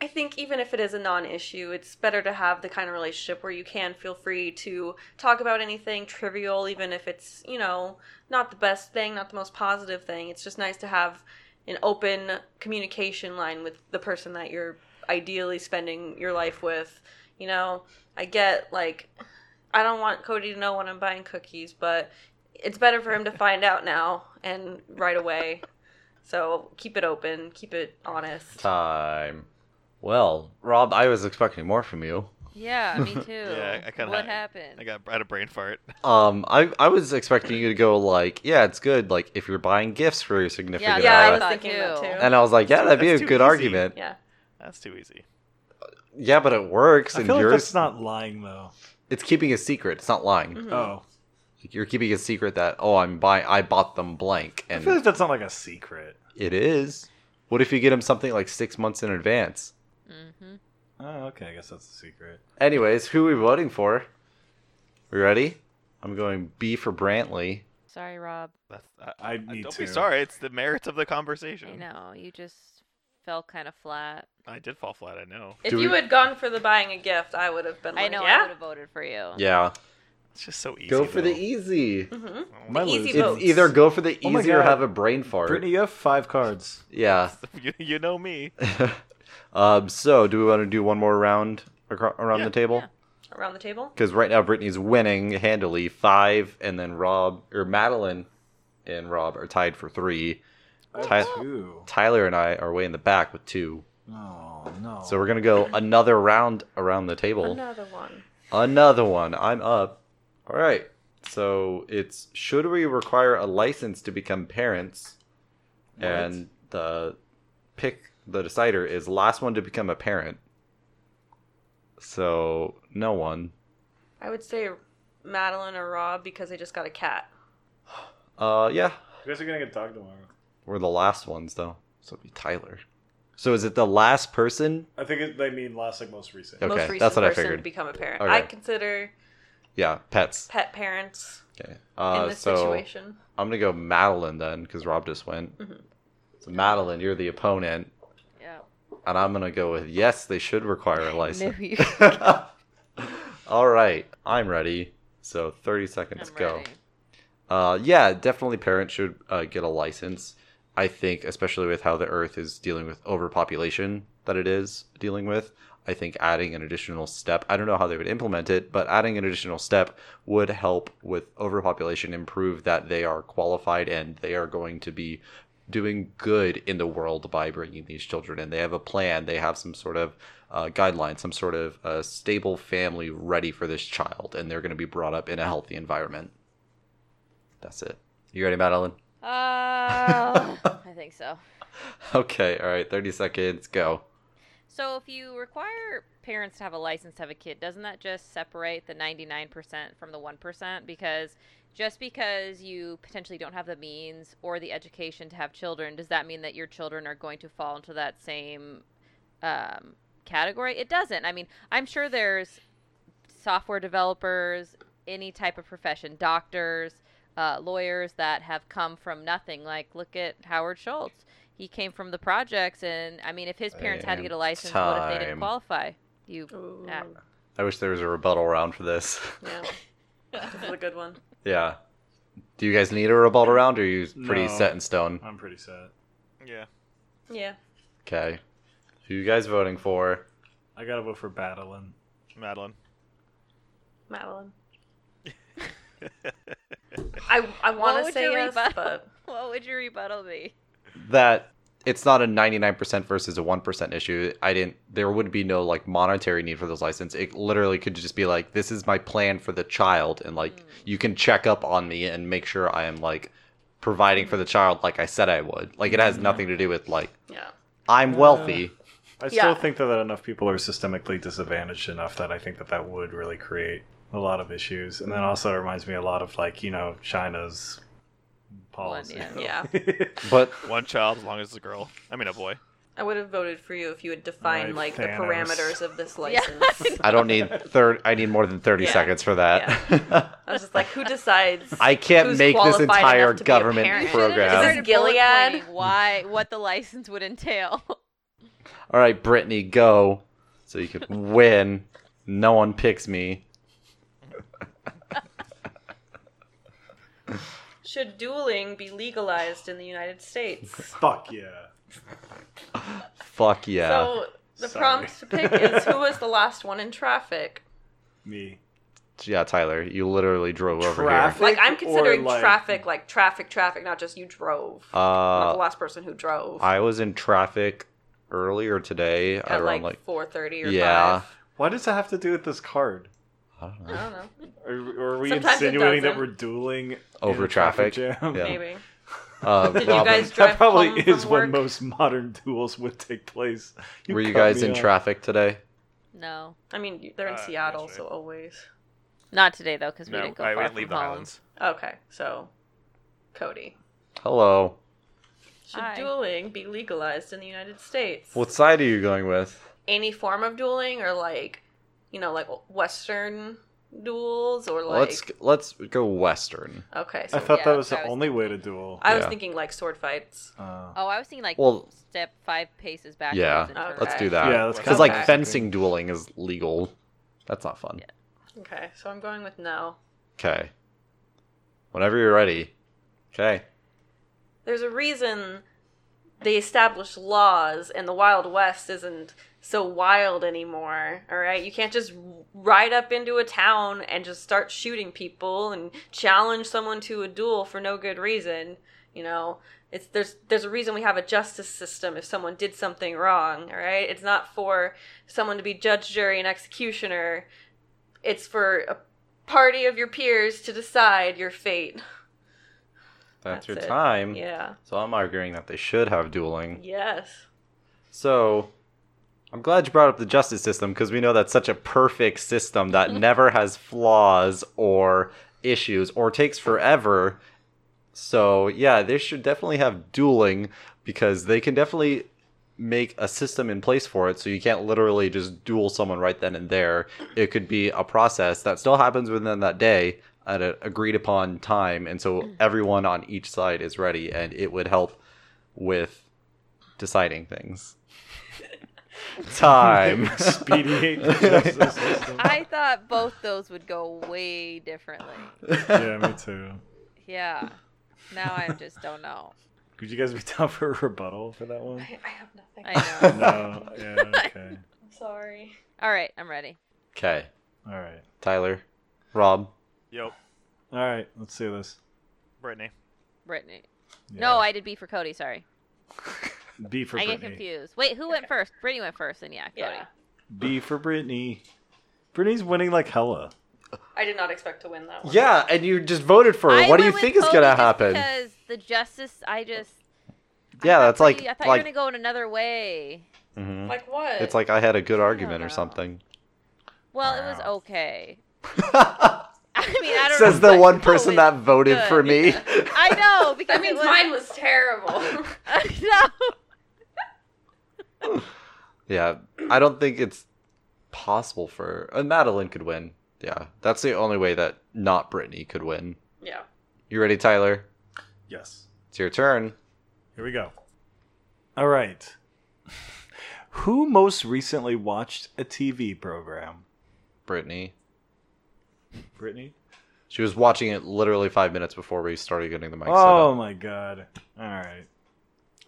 S3: I think even if it is a non issue, it's better to have the kind of relationship where you can feel free to talk about anything trivial, even if it's, you know, not the best thing, not the most positive thing. It's just nice to have an open communication line with the person that you're ideally spending your life with. You know, I get like, I don't want Cody to know when I'm buying cookies, but it's better for him to find out now and right away. So keep it open, keep it honest.
S1: Time. Well, Rob, I was expecting more from you.
S4: yeah, me too.
S5: Yeah, I kinda
S4: What
S5: had-
S4: happened?
S5: I got I had a brain fart.
S1: Um, I I was expecting you to go like, yeah, it's good. Like if you're buying gifts for your
S4: Yeah,
S1: significant
S3: Yeah, I
S1: other.
S3: was
S4: thought
S3: thinking that
S4: too.
S3: too.
S1: and I was like, yeah, that'd be a
S5: That's too
S1: good
S5: easy.
S1: argument. Yeah.
S3: Yeah.
S5: That's too easy.
S1: but it works.
S2: I
S1: and
S2: feel like
S1: yours,
S2: that's not lying though.
S1: it's keeping a secret. It's not lying.
S2: Oh,
S1: Like, you're keeping a secret that oh, I'm buying. I bought them blank,
S2: I
S1: and
S2: feel like that's not like a secret.
S1: It is. What if you get him something like six months in advance?
S4: mm-hmm.
S2: Oh, okay. I guess that's a secret.
S1: Anyways, who are we voting for? We ready? I'm going B for Brantley.
S4: Sorry, Rob.
S5: That's I,
S2: I need
S5: Uh, don't
S2: to.
S5: Mm. be sorry. It's the merits of the conversation.
S4: I know you just fell kind of flat.
S5: I did fall flat. I know.
S3: If
S1: Do
S3: you
S1: we-
S3: had gone for the buying a gift, I would have been
S4: I
S3: like,
S4: know I would
S3: yeah.
S4: have voted for you.
S1: Yeah.
S5: It's just so easy.
S1: Go for the
S5: though.
S1: easy.
S3: hmm
S5: Oh,
S2: My
S3: The easy
S2: lose.
S1: It's
S3: votes.
S1: either go for the
S2: Oh my
S1: easy or
S2: God.
S1: have a brain fart.
S2: Brittany, you have five cards.
S1: Yeah.
S5: you, you know me.
S1: um, so, do we want to do one more round acro- around
S5: Yeah.
S1: the table?
S4: Yeah.
S3: Around the table?
S1: Because right now Brittany's winning handily five, and then Rob or Madeline and Rob are tied for three.
S2: I have
S1: Tyler-
S2: two.
S1: Tyler and I are way in the back with two.
S2: Oh no.
S1: So we're gonna go another round around the table.
S3: Another one.
S1: Another one. I'm up. All right. So it's should we require a license to become parents? And the pick, the decider is last one to become a parent. So no one.
S3: I would say Madeline or Rob because they just got a cat.
S1: Uh, yeah,
S2: you guys are gonna get dog tomorrow.
S1: we're the last ones though. So it'd be Tyler. So is it the last person?
S2: I think it, they mean last, like most recent.
S1: Yep. Okay,
S3: Most recent
S1: that's what I
S3: person
S1: figured.
S3: to become a parent.
S1: Okay.
S3: I consider
S1: Yeah, pets.
S3: pet parents
S1: Okay.
S3: in
S1: Uh,
S3: this
S1: so
S3: situation.
S1: I'm gonna go Madeline then, because Rob just went.
S3: Mhm.
S1: So Madeline, you're the opponent.
S4: Yeah.
S1: And I'm gonna go with yes, they should require a license.
S4: Knew you.
S1: All right, I'm ready. So 30 seconds
S4: I'm
S1: go.
S4: ready.
S1: Uh, yeah, definitely parents should uh, get a license. I think, especially with how the Earth is dealing with overpopulation that it is dealing with, I think adding an additional step, I don't know how they would implement it, but adding an additional step would help with overpopulation and prove that they are qualified and they are going to be doing good in the world by bringing these children in. They have a plan, they have some sort of uh, guideline, some sort of uh, stable family ready for this child, and they're going to be brought up in a healthy environment. That's it. You ready, Madeline?
S4: Uh, I think so.
S1: Okay, all right, 30 seconds, go.
S4: So if you require parents to have a license to have a kid, doesn't that just separate the 99% from the 1%? Because just because you potentially don't have the means or the education to have children, does that mean that your children are going to fall into that same um, category? It doesn't. I mean, I'm sure there's software developers, any type of profession, doctors, uh, lawyers that have come from nothing. Like, look at Howard Schultz. He came from the projects, and I mean, if his parents had to get a
S1: And
S4: license, what if they
S1: time.
S4: didn't qualify? You.
S3: Ooh.
S4: Ah.
S1: I wish there was a rebuttal round for this.
S3: Yeah. this is a good one.
S1: yeah. Do you guys need a rebuttal round or are you pretty
S2: No.
S1: set in stone?
S2: I'm pretty set.
S5: Yeah.
S3: Yeah.
S1: Okay. Who you guys voting for?
S2: I gotta vote for Battling.
S5: Madeline.
S3: Madeline. I, I want to
S4: would
S3: say
S4: your
S3: yes,
S4: rebuttal-
S3: but
S4: What would your rebuttal be?
S1: That it's not a 99% versus a 1% issue. I didn't, there would be no like monetary need for this license. It literally could just be like, this is my plan for the child. And like, you can check up on me and make sure I am like providing for the child like I said I would. Like, it has nothing to do with like,
S3: yeah.
S1: I'm wealthy.
S2: I still
S3: Yeah.
S2: think that, that enough people are systemically disadvantaged enough that I think that that would really create a lot of issues. And then also it reminds me a lot of like you know China's policy.
S4: yeah.
S3: Yeah.
S1: But
S5: One child, as long as it's a girl. I mean, a boy.
S3: I would have voted for you if you had defined
S2: Right,
S3: like the
S2: Thanos.
S3: parameters of this
S4: Yeah.
S3: license.
S1: I don't need third. I need more than thirty
S3: Yeah.
S1: seconds for that.
S3: I was just like, who decides?
S1: I can't
S3: Who's
S1: make this
S3: qualified enough
S1: entire
S3: to be a
S1: government
S3: parent?
S1: program.
S3: Is
S4: Started
S3: this
S4: bullet
S3: Gilead?
S4: pointing Why? What the license would entail?
S1: All right, Brittany, go, so you can win. No one picks me.
S3: Should dueling be legalized in the United States?
S2: Fuck yeah.
S1: Fuck yeah.
S3: So the
S2: Sorry.
S3: prompt to pick is who was the last one in traffic?
S2: Me.
S1: yeah, Tyler, you literally drove over
S2: Traffic?
S1: here.
S3: Like I'm
S2: or,
S3: considering
S2: like-
S3: traffic, like traffic, traffic, not just you drove. not the
S1: Uh,
S3: last person who drove
S1: I was in traffic earlier today at
S3: at
S1: around
S3: like,
S1: like,
S3: 4:30 or
S1: yeah.
S3: 5.
S2: Why does that have to do with this card?
S1: I don't
S3: I
S1: know.
S3: don't
S2: Are,
S3: know.
S2: are we
S3: Sometimes it
S2: insinuating that
S3: doesn't.
S2: we're dueling in
S1: Over
S2: a traffic,
S1: traffic?
S2: jam?
S1: Yeah.
S3: Maybe.
S1: Uh,
S3: Did you
S1: Robin,
S3: guys
S2: That
S3: drive
S2: probably
S3: home
S2: is
S3: from
S2: when
S3: work?
S2: most modern duels would take place.
S1: were you
S2: cut
S1: guys
S2: me
S1: in
S2: off.
S1: traffic today?
S4: no,
S3: I mean, you- they're in
S5: Uh, that's
S3: Seattle,
S5: right.
S3: so always.
S4: not today though, because we
S5: No,
S4: didn't go
S5: I
S4: far
S5: would
S4: from
S5: leave the
S4: home.
S5: islands.
S3: Okay, so Cody,
S1: Hello.
S3: should
S4: Hi.
S3: dueling be legalized in the United States?
S1: What side are you going with?
S3: Any form of dueling, or like, you know, like Western duels or like?
S1: let's let's go western.
S3: okay, so
S2: I thought
S4: yeah,
S2: that was
S4: that
S2: the
S4: was-
S2: only way to duel.
S3: I was
S1: yeah.
S3: thinking like sword fights.
S2: Uh,
S4: Oh, I was thinking like
S1: Well-
S4: step five paces backwards.
S1: Yeah,
S4: and turn
S1: Let's
S4: back.
S1: do that.
S2: yeah, that's
S1: Because
S2: kind
S1: like
S3: Okay.
S1: fencing dueling is legal. That's not fun.
S3: Okay, so I'm going with no.
S1: Okay. Whenever you're ready. Okay.
S3: There's a reason they established laws, and the Wild West isn't so wild anymore. All right, you can't just ride up into a town and just start shooting people and challenge someone to a duel for no good reason. You know, it's there's there's a reason we have a justice system. If someone did something wrong, all right, it's not for someone to be judge, jury, and executioner. It's for a party of your peers to decide your fate.
S1: That's,
S3: That's
S1: your
S3: it.
S1: time.
S3: Yeah.
S1: So I'm arguing that they should have dueling.
S3: Yes.
S1: So I'm glad you brought up the justice system because we know that's such a perfect system that never has flaws or issues or takes forever. So yeah, they should definitely have dueling because they can definitely make a system in place for it so you can't literally just duel someone right then and there. It could be a process that still happens within that day at an agreed upon time and so everyone on each side is ready and it would help with deciding things. Time.
S2: expedient the justice system.
S4: I thought both those would go way differently.
S2: yeah, me too.
S4: Yeah. Now I just don't know.
S2: Could you guys be down for a rebuttal for that one?
S3: I, I have nothing.
S4: I know.
S2: No. Yeah. Okay.
S3: I'm sorry.
S4: All right, I'm ready.
S1: Okay,
S2: All right.
S1: Tyler, Rob.
S5: Yep.
S2: All right. Let's do this.
S5: Brittany.
S4: Brittany.
S2: Yeah.
S4: No, I did B for Cody. Sorry,
S2: B for
S4: I get
S2: Brittany.
S4: confused. Wait, who went first? Brittany went first, and yeah, Cody.
S3: Yeah.
S2: B for Brittany. Brittany's winning like hella.
S3: I did not expect to win that one.
S1: Yeah, and you just voted for
S4: I
S1: her. What do you
S4: went with
S1: think is
S4: Cody
S1: gonna
S4: just
S1: happen?
S4: Because the justice, I just I
S1: Yeah,
S4: thought
S1: that's like
S4: Cody- I thought you
S1: like
S4: were gonna go in another way.
S1: mhm.
S3: Like what?
S1: it's like I had a good argument
S4: know.
S1: or something.
S4: Well, it was
S2: Wow. okay.
S4: okay. I mean, I don't know
S1: Says the
S4: what-
S1: one
S4: no,
S1: person
S4: it-
S1: that voted
S4: good.
S1: for me.
S4: I know
S3: that
S4: because
S3: means
S4: it was,
S3: mine was terrible.
S4: I know.
S1: yeah, I don't think it's possible for uh, Madeline could win. Yeah, that's the only way that not Brittany could win.
S3: yeah.
S1: You ready, Tyler?
S2: Yes.
S1: It's your turn.
S2: Here we go. All right. Who most recently watched a TV program?
S1: Brittany.
S2: Brittany.
S1: She was watching it literally five minutes before we started getting the mic
S2: Oh my god. All right.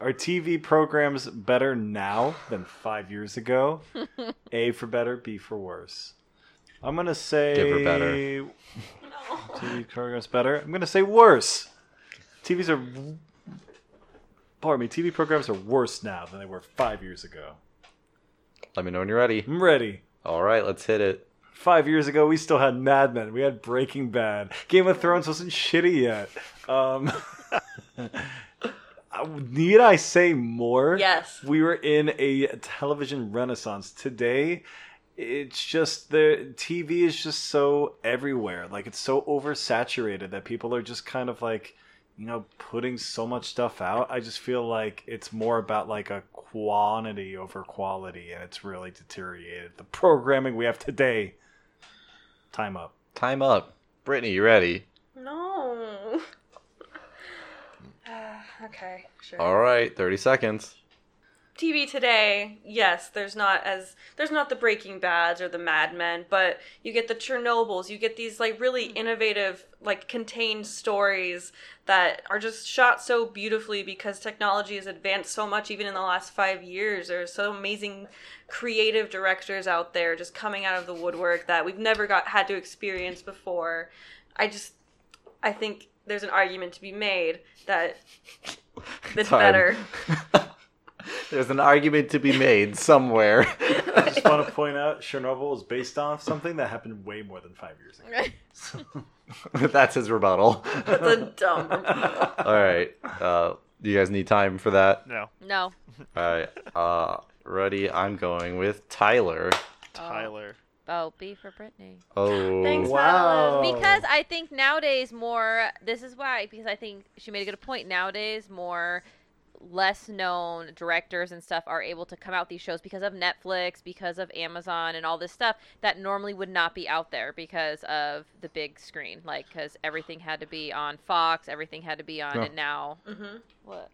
S2: Are TV programs better now than five years ago? a for better, B for worse. I'm gonna say
S1: Give her better.
S2: TV programs better. I'm gonna say worse. TVs are. Pardon me. TV programs are worse now than they were five years ago.
S1: set up. Let me know when you're ready.
S2: I'm ready.
S1: All right, let's hit it.
S2: Five years ago, we still had Mad Men. We had Breaking Bad. Game of Thrones wasn't shitty yet. Um, need I say more?
S3: Yes.
S2: We were in a television renaissance. Today, it's just the TV is just so everywhere. Like, it's so oversaturated that people are just kind of like, you know, putting so much stuff out. I just feel like it's more about like a quantity over quality, and it's really deteriorated. The programming we have today. Time up.
S1: Time up. Brittany, you ready?
S3: No. Uh, okay. Sure.
S1: All right, 30 seconds.
S3: TV today, yes, there's not as there's not the Breaking Bads or the Mad Men, but you get the Chernobyls, you get these like really innovative, like contained stories that are just shot so beautifully because technology has advanced so much even in the last five years. There's so amazing creative directors out there just coming out of the woodwork that we've never got had to experience before. I just I think there's an argument to be made that it's
S1: Time.
S3: better.
S1: There's an argument to be made somewhere.
S2: I just want to point out Chernobyl is based off something that happened way more than five years ago.
S1: That's his rebuttal.
S3: That's a dumb
S1: All right. Uh, do you guys need time for that?
S5: No.
S4: No.
S1: All right. Uh, ready? I'm going with Tyler.
S5: Tyler.
S4: Oh, B for Brittany.
S1: Oh.
S3: Thanks,
S2: Wow.
S3: Madeline.
S4: Because I think nowadays more. This is why. Because I think she made a good point. Nowadays more less known directors and stuff are able to come out with these shows because of Netflix, because of Amazon, and all this stuff that normally would not be out there because of the big screen. Like, because everything had to be on Fox, everything had to be on
S1: Yeah.
S4: it now.
S3: Mm-hmm.
S4: What?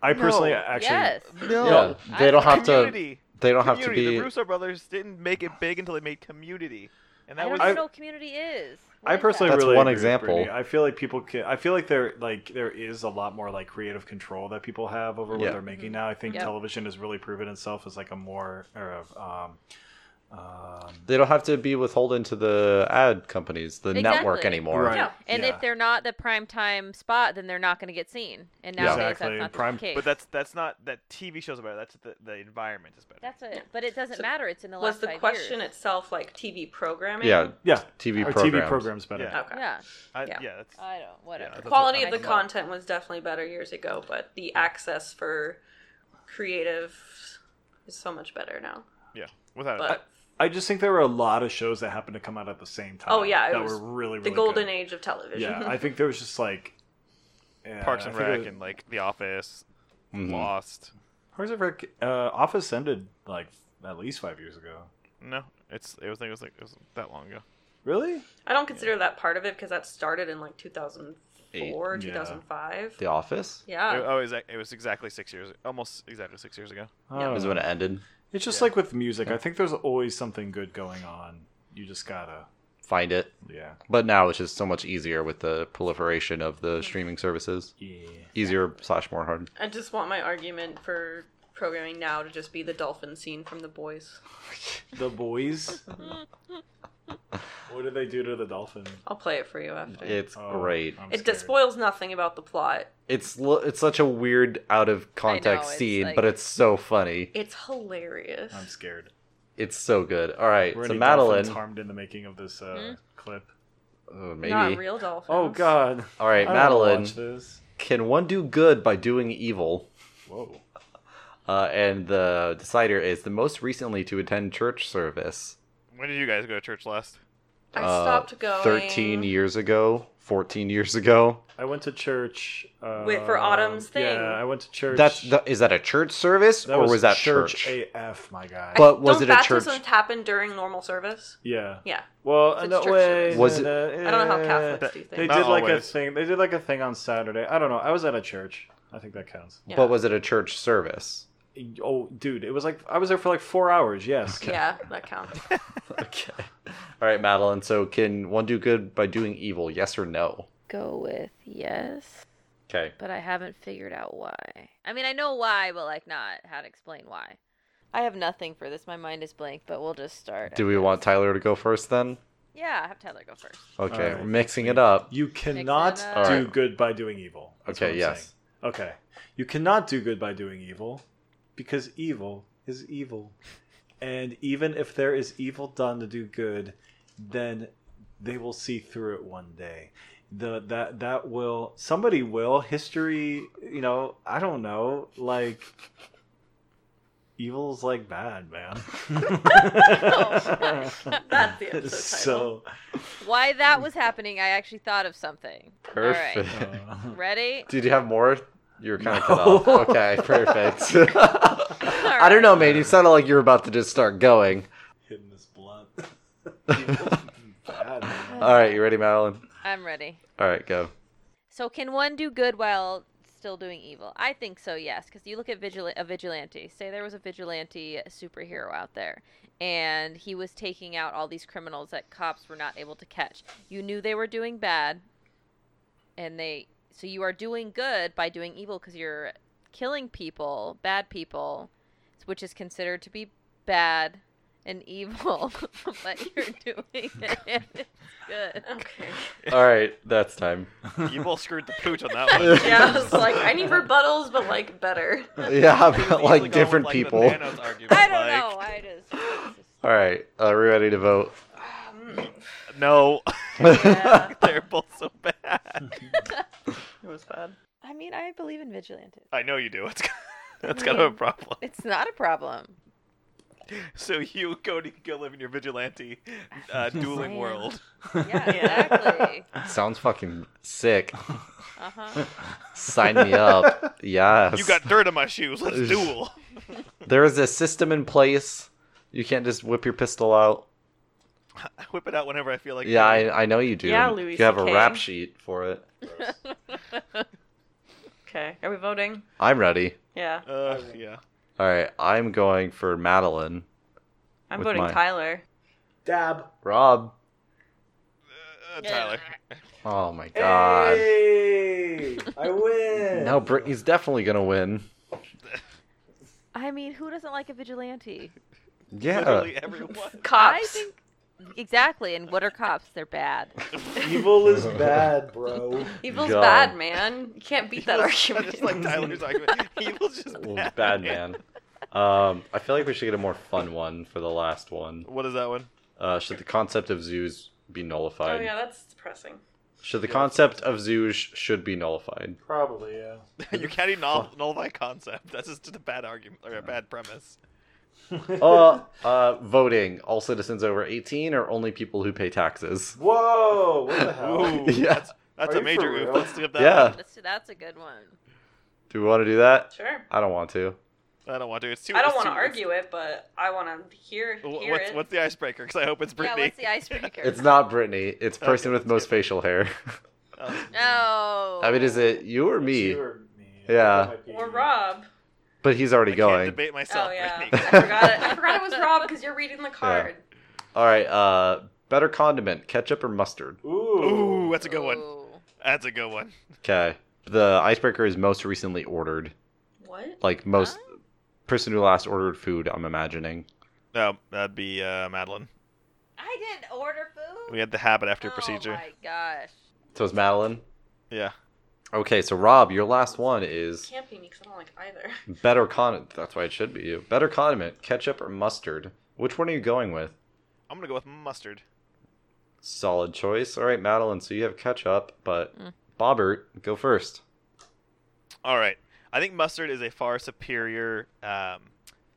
S2: I personally
S5: No.
S2: actually
S4: yes.
S1: No, they don't have to.
S5: community.
S1: They don't have to
S5: community.
S1: be.
S5: The Russo brothers didn't make it big until they made Community, and
S4: I
S5: that
S4: don't
S5: was
S4: even know what community is. What
S2: I
S4: is that?
S2: personally
S1: That's
S2: really
S1: one
S2: agree with
S1: example.
S2: Brittany. I feel like people can. I feel like there like there is a lot more like creative control that people have over what
S1: Yeah.
S2: they're making now. I think
S4: Yep.
S2: television has really proven itself as like a more or a, um, um,
S1: They don't have to be withholden to the ad companies, the network
S4: Exactly.
S1: anymore.
S2: Right.
S3: No.
S4: And
S2: yeah.
S4: if they're not the prime time spot, then they're not going to get seen. And
S1: Yeah.
S4: nowadays,
S2: Exactly.
S4: that's not
S2: Prime-
S4: the case.
S5: But that's that's not that TV shows are better. That's the the environment is better.
S4: that's it.
S3: Yeah.
S4: But it doesn't
S3: So
S4: matter. It's in the
S3: Was
S4: last
S3: the
S4: five
S3: question
S4: years.
S3: itself like TV programming?
S1: Yeah,
S2: yeah,
S1: TV
S2: Our
S1: programs.
S2: TV programs better.
S5: Yeah.
S3: Okay.
S4: Yeah,
S5: I,
S3: Yeah.
S5: yeah. that's,
S4: I don't. Whatever.
S5: that's-
S3: Quality
S5: what
S3: of
S5: I
S3: the
S5: thought.
S3: content was definitely better years ago, but the access for creative is so much better now.
S5: yeah. Without
S3: But
S5: it,
S2: Uh, I just think there were a lot of shows that happened to come out at the same time.
S3: Oh, yeah, it
S2: that
S3: was
S2: were really, really
S3: the golden
S2: good.
S3: age of television.
S2: Yeah, I think there was just like yeah,
S5: Parks
S2: I
S5: and
S2: think it
S5: Rec
S2: was-
S5: and like The Office,
S1: Mhm.
S5: Lost.
S2: Parks and Rec. Uh, Office ended like at least five years ago.
S5: No, it's it was like it was like it was that long ago.
S2: Really?
S3: I don't consider that part of it because that started in like 2004,
S2: Eight. Yeah.
S3: 2005.
S1: The Office
S3: Yeah.
S5: It- oh, it was, it was exactly six years, almost exactly six years ago.
S2: I
S3: Yeah.
S2: don't
S1: is
S2: know.
S1: when it ended.
S2: Um, It's just
S5: Yeah.
S2: like with music. I think there's always something good going on. You just gotta,
S1: Find it.
S2: yeah,
S1: But now it's just so much easier with the proliferation of the streaming services.
S2: yeah.
S1: Easier slash more hard.
S3: I just want my argument for programming now to just be the dolphin scene from The Boys.
S2: The boys. what did they do to the dolphin?
S3: I'll play it for you after.
S1: It's
S2: Oh,
S1: great.
S2: I'm
S3: it
S2: scared.
S3: dis- spoils nothing about the plot.
S1: It's l- it's such a weird out of context
S4: know, it's
S1: scene,
S4: like-
S1: but it's so funny.
S3: It's hilarious.
S2: I'm scared.
S1: It's so good. All right,
S2: Were
S1: so
S2: any
S1: Madeline.
S2: dolphins harmed in the making of this uh,
S3: Hmm?
S2: clip?
S1: Uh, maybe.
S3: Not real dolphins.
S2: Oh God!
S1: All right,
S2: I don't wanna
S1: Madeline.
S2: Watch this.
S1: Can one do good by doing evil?
S2: Whoa.
S1: Uh, and the decider is the most recently to attend church service.
S5: When did you guys go to church last?
S3: I
S1: uh,
S3: stopped going.
S1: 13 years ago, 14 years ago.
S2: I went to church. Uh,
S3: Wait, for Autumn's thing.
S2: Yeah, I went to church.
S1: That's the, is that a church service
S2: that
S1: or was, that church?
S2: AF, my guy.
S1: But was
S3: Don't
S1: it a church?
S3: baptisms happen during normal service?
S2: yeah.
S3: Yeah.
S2: Well,
S3: It's a
S2: no
S3: church
S2: way.
S3: service.
S1: Was it-
S2: I
S3: I don't know how Catholics do
S2: They
S3: things.
S5: Not
S2: did like a
S5: always.
S2: thing. They did like a thing on Saturday. I don't know. I was at a church. I think that counts.
S3: Yeah.
S1: But was it a church service?
S2: Oh, dude, it was like I was there for like four hours. Yes.
S3: Yeah, that counts.
S1: okay. All right, Madeline. So can one do good by doing evil? Yes or no?
S4: Go with yes,
S1: Okay.
S4: but I haven't figured out why. I mean, I know why, but like not how to explain why. I have nothing for this. My mind is blank, but we'll just start.
S1: Do we want Tyler to go first then?
S4: Yeah, have Tyler go first.
S1: Okay,
S2: All right.
S1: we're mixing it up.
S2: You cannot do
S4: up.
S1: Alright.
S2: good by doing evil. That's what
S1: Okay,
S2: I'm
S1: yes.
S2: saying. Okay. You cannot do good by doing evil because evil is evil. And even if there is evil done to do good, then they will see through it one day. The that that will somebody will history, you know, I don't know, like evil's like bad, man.
S3: Oh, That's the episode title.
S2: so
S4: Why that was happening, I actually thought of something. All
S1: Perfect.
S4: right,
S1: Uh-huh.
S2: uh,
S4: ready?
S1: Did you have more? You were kind of cut
S2: No.
S1: off. Okay, perfect. I don't know, man. You sounded like you were about to just start going.
S2: hitting this blunt.
S1: All right, you ready, Madeline?
S4: I'm ready.
S1: All right, go.
S4: So can one do good while still doing evil? I think so, yes, because you look at vigil- a vigilante. Say there was a vigilante superhero out there, and he was taking out all these criminals that cops were not able to catch. You knew they were doing bad, and they so you are doing good by doing evil because you're killing people, bad people, which is considered to be bad and evil, but you're doing it. and it's good.
S3: Okay.
S1: All right, that's time.
S5: You both screwed the pooch on that one.
S3: Yeah, I was like, I need rebuttals, but like better.
S1: Yeah, but
S5: Easily
S1: like
S5: going
S1: different
S5: with, like, the
S1: people.
S5: Thanos argument,
S4: I don't
S5: like,
S4: know. I just. it's just-
S1: All right, uh, are we ready to vote?
S5: No,
S3: Yeah,
S5: they're both so bad.
S3: it was bad.
S4: I mean, I believe in vigilantes.
S5: I know you do. It's that's kind of a problem.
S4: It's not a problem.
S5: so you go to go live in your vigilante uh, dueling
S4: Slam.
S5: world.
S4: Yeah, exactly.
S1: Sounds fucking sick.
S4: Uh huh.
S1: Sign me up. Yes.
S5: You got dirt on my shoes. Let's duel.
S1: There is a system in place. You can't just whip your pistol out.
S5: I whip it out whenever I feel like.
S1: Yeah,
S5: it.
S1: I, I know you do.
S3: Yeah, Louis
S1: You have a
S3: CK.
S1: rap sheet for it.
S3: Okay. Are we voting?
S1: I'm ready.
S3: Yeah.
S5: Uh, yeah.
S1: All right, I'm going for Madeline.
S3: I'm
S1: With
S3: voting
S1: mine.
S3: Tyler.
S2: Dab.
S1: Rob.
S5: Uh, Tyler.
S1: Oh my god.
S2: Hey, I win.
S1: Now Brittany's definitely gonna win.
S4: I mean, who doesn't like a vigilante?
S1: Yeah.
S5: Literally everyone.
S4: I
S3: Cops.
S4: think exactly. And what are cops? They're bad.
S2: Evil is bad, bro.
S3: Evil's
S1: God.
S3: bad, man. You can't beat that
S5: I
S3: argument.
S5: just like Tyler's argument. Evil's just
S1: Well,
S5: bad.
S1: Bad man. Um, I feel like we should get a more fun one for the last one.
S5: What is that one?
S1: Uh, should the concept of zoos be nullified?
S3: Oh, that's depressing.
S1: Should the concept of zoos sh- should be nullified?
S2: Probably, yeah.
S5: you can't even null- nullify concept. That's just a bad argument or a bad premise.
S1: Uh, uh, voting all citizens over 18 or only people who pay taxes?
S2: Whoa! What the
S5: Ooh,
S2: hell?
S1: Yeah.
S5: that's, that's
S2: Are
S5: a
S2: you
S5: major
S2: for
S5: oof.
S2: real?
S5: Let's skip that.
S1: Yeah.
S4: That's, that's a good one.
S1: Do we want to do that?
S3: Sure.
S1: I don't want to.
S5: one. I don't want to. It's too. it's
S3: wanna
S5: too-
S3: it, but I want to hear,
S5: Wh- What's, what's the icebreaker? Because I hope it's
S4: Yeah,
S5: Brittany.
S4: what's the icebreaker?
S1: It's not Brittany. It's
S5: Okay,
S1: person with
S5: let's
S1: most
S5: skip
S1: facial hair.
S5: Oh,
S4: No.
S1: I mean, is it you or
S2: It's
S1: me?
S2: you or me.
S1: Yeah.
S2: That might be you.
S3: Rob.
S1: But he's already
S5: I
S2: eh?
S5: can't
S1: going.
S5: debate myself. Brittany.
S1: I forgot it-
S4: I forgot it was
S3: Rob because you're reading the
S1: card. All right. Uh, better condiment: ketchup or mustard?
S2: Ooh.
S5: Ooh, that's a good one.
S4: Ooh.
S5: That's a good one.
S1: Okay. The icebreaker is most recently ordered.
S3: What?
S1: Like most
S4: Huh?
S1: person who last ordered food. I'm imagining.
S5: No, that'd be uh, Madeline.
S4: I didn't order food.
S5: We had the habit after
S4: oh
S5: procedure.
S4: my gosh.
S1: So it's Madeline.
S5: Yeah.
S1: Okay, so Rob, your last one is
S3: Can't be me because I don't like either.
S1: better condiment. That's why it should be you. Better condiment: ketchup or mustard? Which one are you going with?
S5: I'm gonna go with mustard.
S1: Solid choice. All right, Madeline. So you have ketchup, but Bobbert, go first.
S5: All right. I think mustard is a far superior um,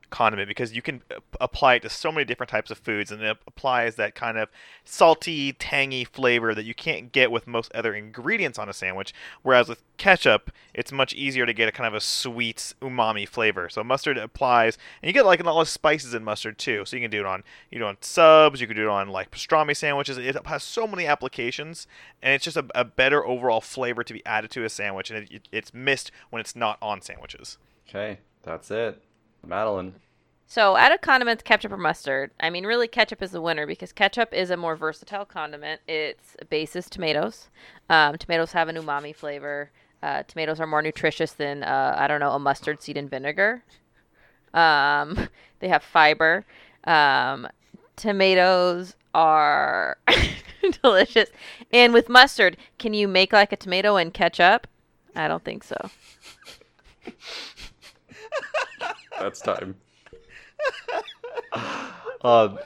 S5: condiment because you can uh, apply it to so many different types of foods, and it applies that kind of salty, tangy flavor that you can't get with most other ingredients on a sandwich. Whereas with ketchup, it's much easier to get a kind of a sweet umami flavor. So mustard applies, and you get like a lot of spices in mustard too. So you can do it on you know on subs, you can do it on like pastrami sandwiches. It has so many applications, and it's just a, a better overall flavor to be added to a sandwich, and it, it's missed when it's not on sandwiches.
S1: Okay, that's it. Madeline.
S4: So out of condiments, ketchup or mustard. I mean, really, ketchup is the winner because ketchup is a more versatile condiment. Its base is tomatoes. Um, tomatoes have an umami flavor. Uh, tomatoes are more nutritious than uh, I don't know a mustard seed and vinegar. Um, they have fiber. Um, tomatoes are delicious. And with mustard, can you make like a tomato and ketchup? I don't think so.
S1: That's time. um,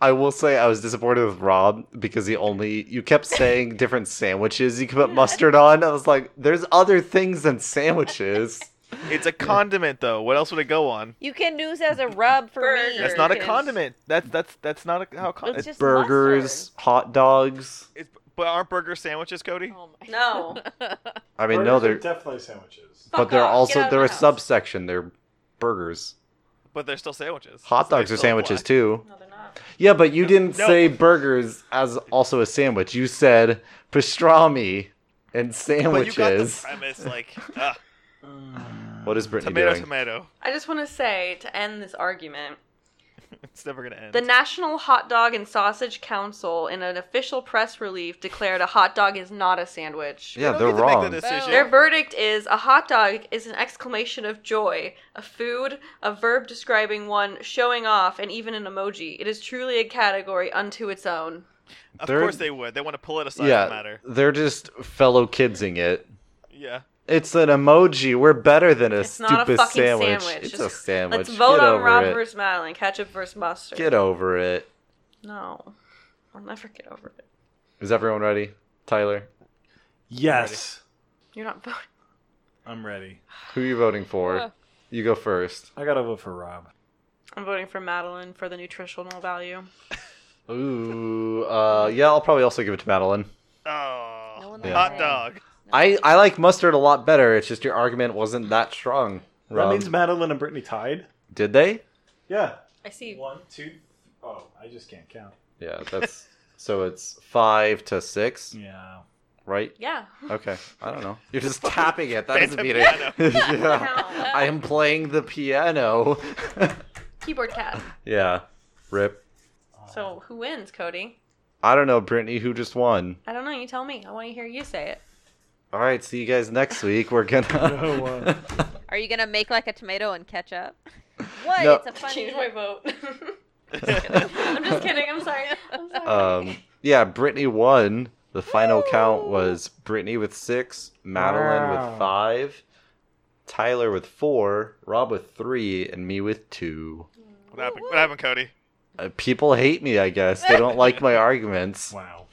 S1: I will say I was disappointed with Rob because he only you kept saying different sandwiches you could put mustard on. I was like, there's other things than sandwiches.
S5: It's a condiment though. What else would it go on?
S4: You can use as a rub for
S3: Burgers.
S4: me.
S5: That's not a
S3: Burgers.
S5: condiment. That's that's that's not a, how condiment.
S4: It's just
S1: Burgers, hot dogs.
S5: It's, but aren't burger sandwiches, Cody?
S4: Oh my.
S3: No.
S1: I mean, no,
S2: Burgers
S1: they're
S2: are definitely sandwiches.
S1: but they're
S3: off. Get out
S1: also
S3: of
S1: they're
S3: my
S1: a
S3: house.
S1: subsection. They're burgers.
S5: But they're still sandwiches.
S1: Hot
S5: So they
S1: dogs are
S5: still apply.
S1: sandwiches too.
S3: No, they're not.
S1: Yeah, but you didn't
S5: no.
S1: say burgers as also a sandwich. You said pastrami and
S5: But you
S1: sandwiches.
S5: got the premise, like ah,
S1: What is Brittany
S5: tomato,
S1: doing?
S5: tomato.
S3: I just want to say to end this argument
S5: It's never gonna end.
S3: The National Hot Dog and Sausage Council, in an official press release, declared a hot dog is not a sandwich.
S1: Yeah,
S5: They
S1: they're
S5: don't get to make
S1: wrong.
S5: the decision.
S3: Their verdict is a hot dog is an exclamation of joy, a food, a verb describing one showing off, and even an emoji. It is truly a category unto its own.
S5: of
S1: they're-
S5: course they would. They want to pull it aside.
S1: yeah,
S5: doesn't matter.
S1: they're just fellow kidsing it.
S5: Yeah.
S1: It's an emoji. We're better than a
S3: It's
S1: stupid
S3: not a fucking
S1: sandwich.
S3: sandwich.
S1: It's
S3: Just-
S1: a sandwich.
S3: Let's vote
S1: Get
S3: on
S1: over
S3: Rob
S1: it.
S3: versus Madeline, ketchup versus mustard.
S1: Get over it.
S3: no, I'll never get over it.
S1: Is everyone ready? Tyler,
S2: Yes.
S3: You're not voting.
S2: I'm ready.
S1: who are you voting for?
S4: Uh.
S1: You go first.
S2: I gotta vote for Rob.
S6: I'm voting for Madeline for the nutritional value.
S1: Ooh, uh, yeah, I'll probably also give it to Madeline.
S5: Oh,
S4: No one
S1: Yeah.
S5: hot
S4: likes
S5: dog.
S4: No.
S1: I, I like mustard a lot better. It's just your argument wasn't that strong.
S2: That
S1: Rob.
S2: means Madeline and Brittany tied.
S1: Did they?
S2: Yeah.
S3: I see.
S2: One, two. Oh, I just can't count.
S1: Yeah, that's so it's five to six,
S2: Yeah.
S1: right?
S3: Yeah.
S1: Okay, I don't know. You're just tapping it. That doesn't
S5: Phantom
S1: mean it. yeah. I am playing the piano.
S3: Keyboard cat.
S1: Uh, yeah, rip.
S2: uh.
S3: So who wins, Cody?
S1: I don't know, Brittany, who just won.
S3: I don't know. You tell me. I want to hear you say it.
S1: All right, see you guys next week. We're gonna.
S2: No one.
S4: Are you gonna make like a tomato and ketchup? What?
S1: No.
S4: It's a funny.
S3: Change my vote. I'm just kidding. I'm sorry. I'm sorry.
S1: um, yeah, Brittany won. The final count was Brittany with six, Madeline
S2: Wow.
S1: with five, Tyler with four, Rob with three, and me with two.
S5: What happened? What happened, Cody?
S1: Uh, people hate me, I guess. They don't like my arguments.
S2: Wow.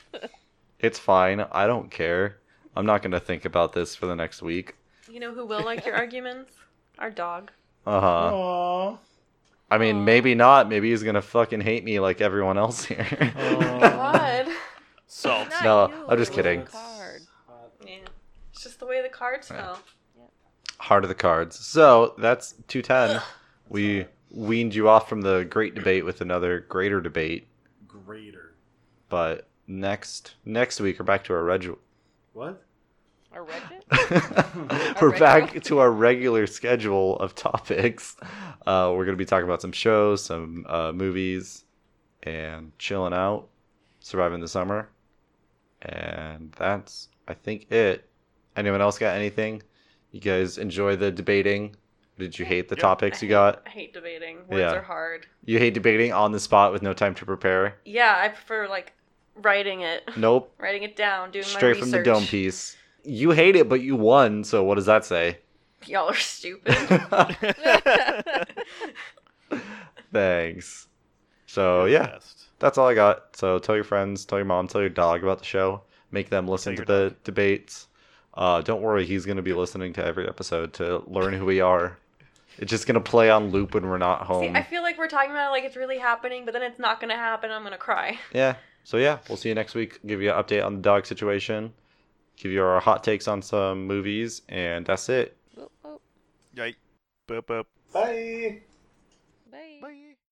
S1: It's fine. I don't care. I'm not going to think about this for the next week.
S3: You know who will like your arguments? Our dog.
S1: Uh huh.
S2: Aww.
S1: I mean, maybe not. Maybe he's going to fucking hate me like everyone else here.
S3: God.
S5: Salt.
S4: Not
S1: No,
S4: you,
S1: I'm just
S4: it's
S1: kidding.
S4: a Card.
S3: Yeah. It's just the way the cards fell.
S1: Heart of the cards. So that's 210. we weaned you off from the great debate with another greater debate,
S2: Greater.
S1: but next next week we're back to our regu-
S2: What?
S4: Or Reggie?
S1: we're back to our regular schedule of topics. Uh, we're going to be talking about some shows, some uh, movies, and chilling out, surviving the summer. And that's, I think, it. Anyone else got anything? You guys enjoy the debating? Did you hate the
S5: Yeah.
S1: topics you got?
S3: I hate debating. Words
S1: Yeah.
S3: are hard.
S1: You hate debating on the spot with no time to prepare?
S3: Yeah, I prefer like writing it,
S1: Nope.
S3: writing it down, doing my
S1: Straight
S3: research.
S1: from the dome piece. You hate it, but you won, so what does that say?
S3: Y'all are stupid.
S1: Thanks. So, Oh, yeah.
S5: Best.
S1: that's all I got. So tell your friends, tell your mom, tell your dog about the show. Make them listen
S5: Tell
S1: to
S5: your
S1: the debates. Uh, don't worry, he's going to be listening to every episode to learn who we are. It's just going to play on loop when we're not
S3: See,
S1: home.
S3: I feel like we're talking about it like it's really happening, but then it's not gonna happen. I'm gonna cry.
S1: yeah. So yeah, we'll see you next week. Give you an update on the dog situation. Give you our hot takes on some movies, and that's it.
S4: Whoop, whoop.
S5: Yike. Boop boop.
S2: Bye.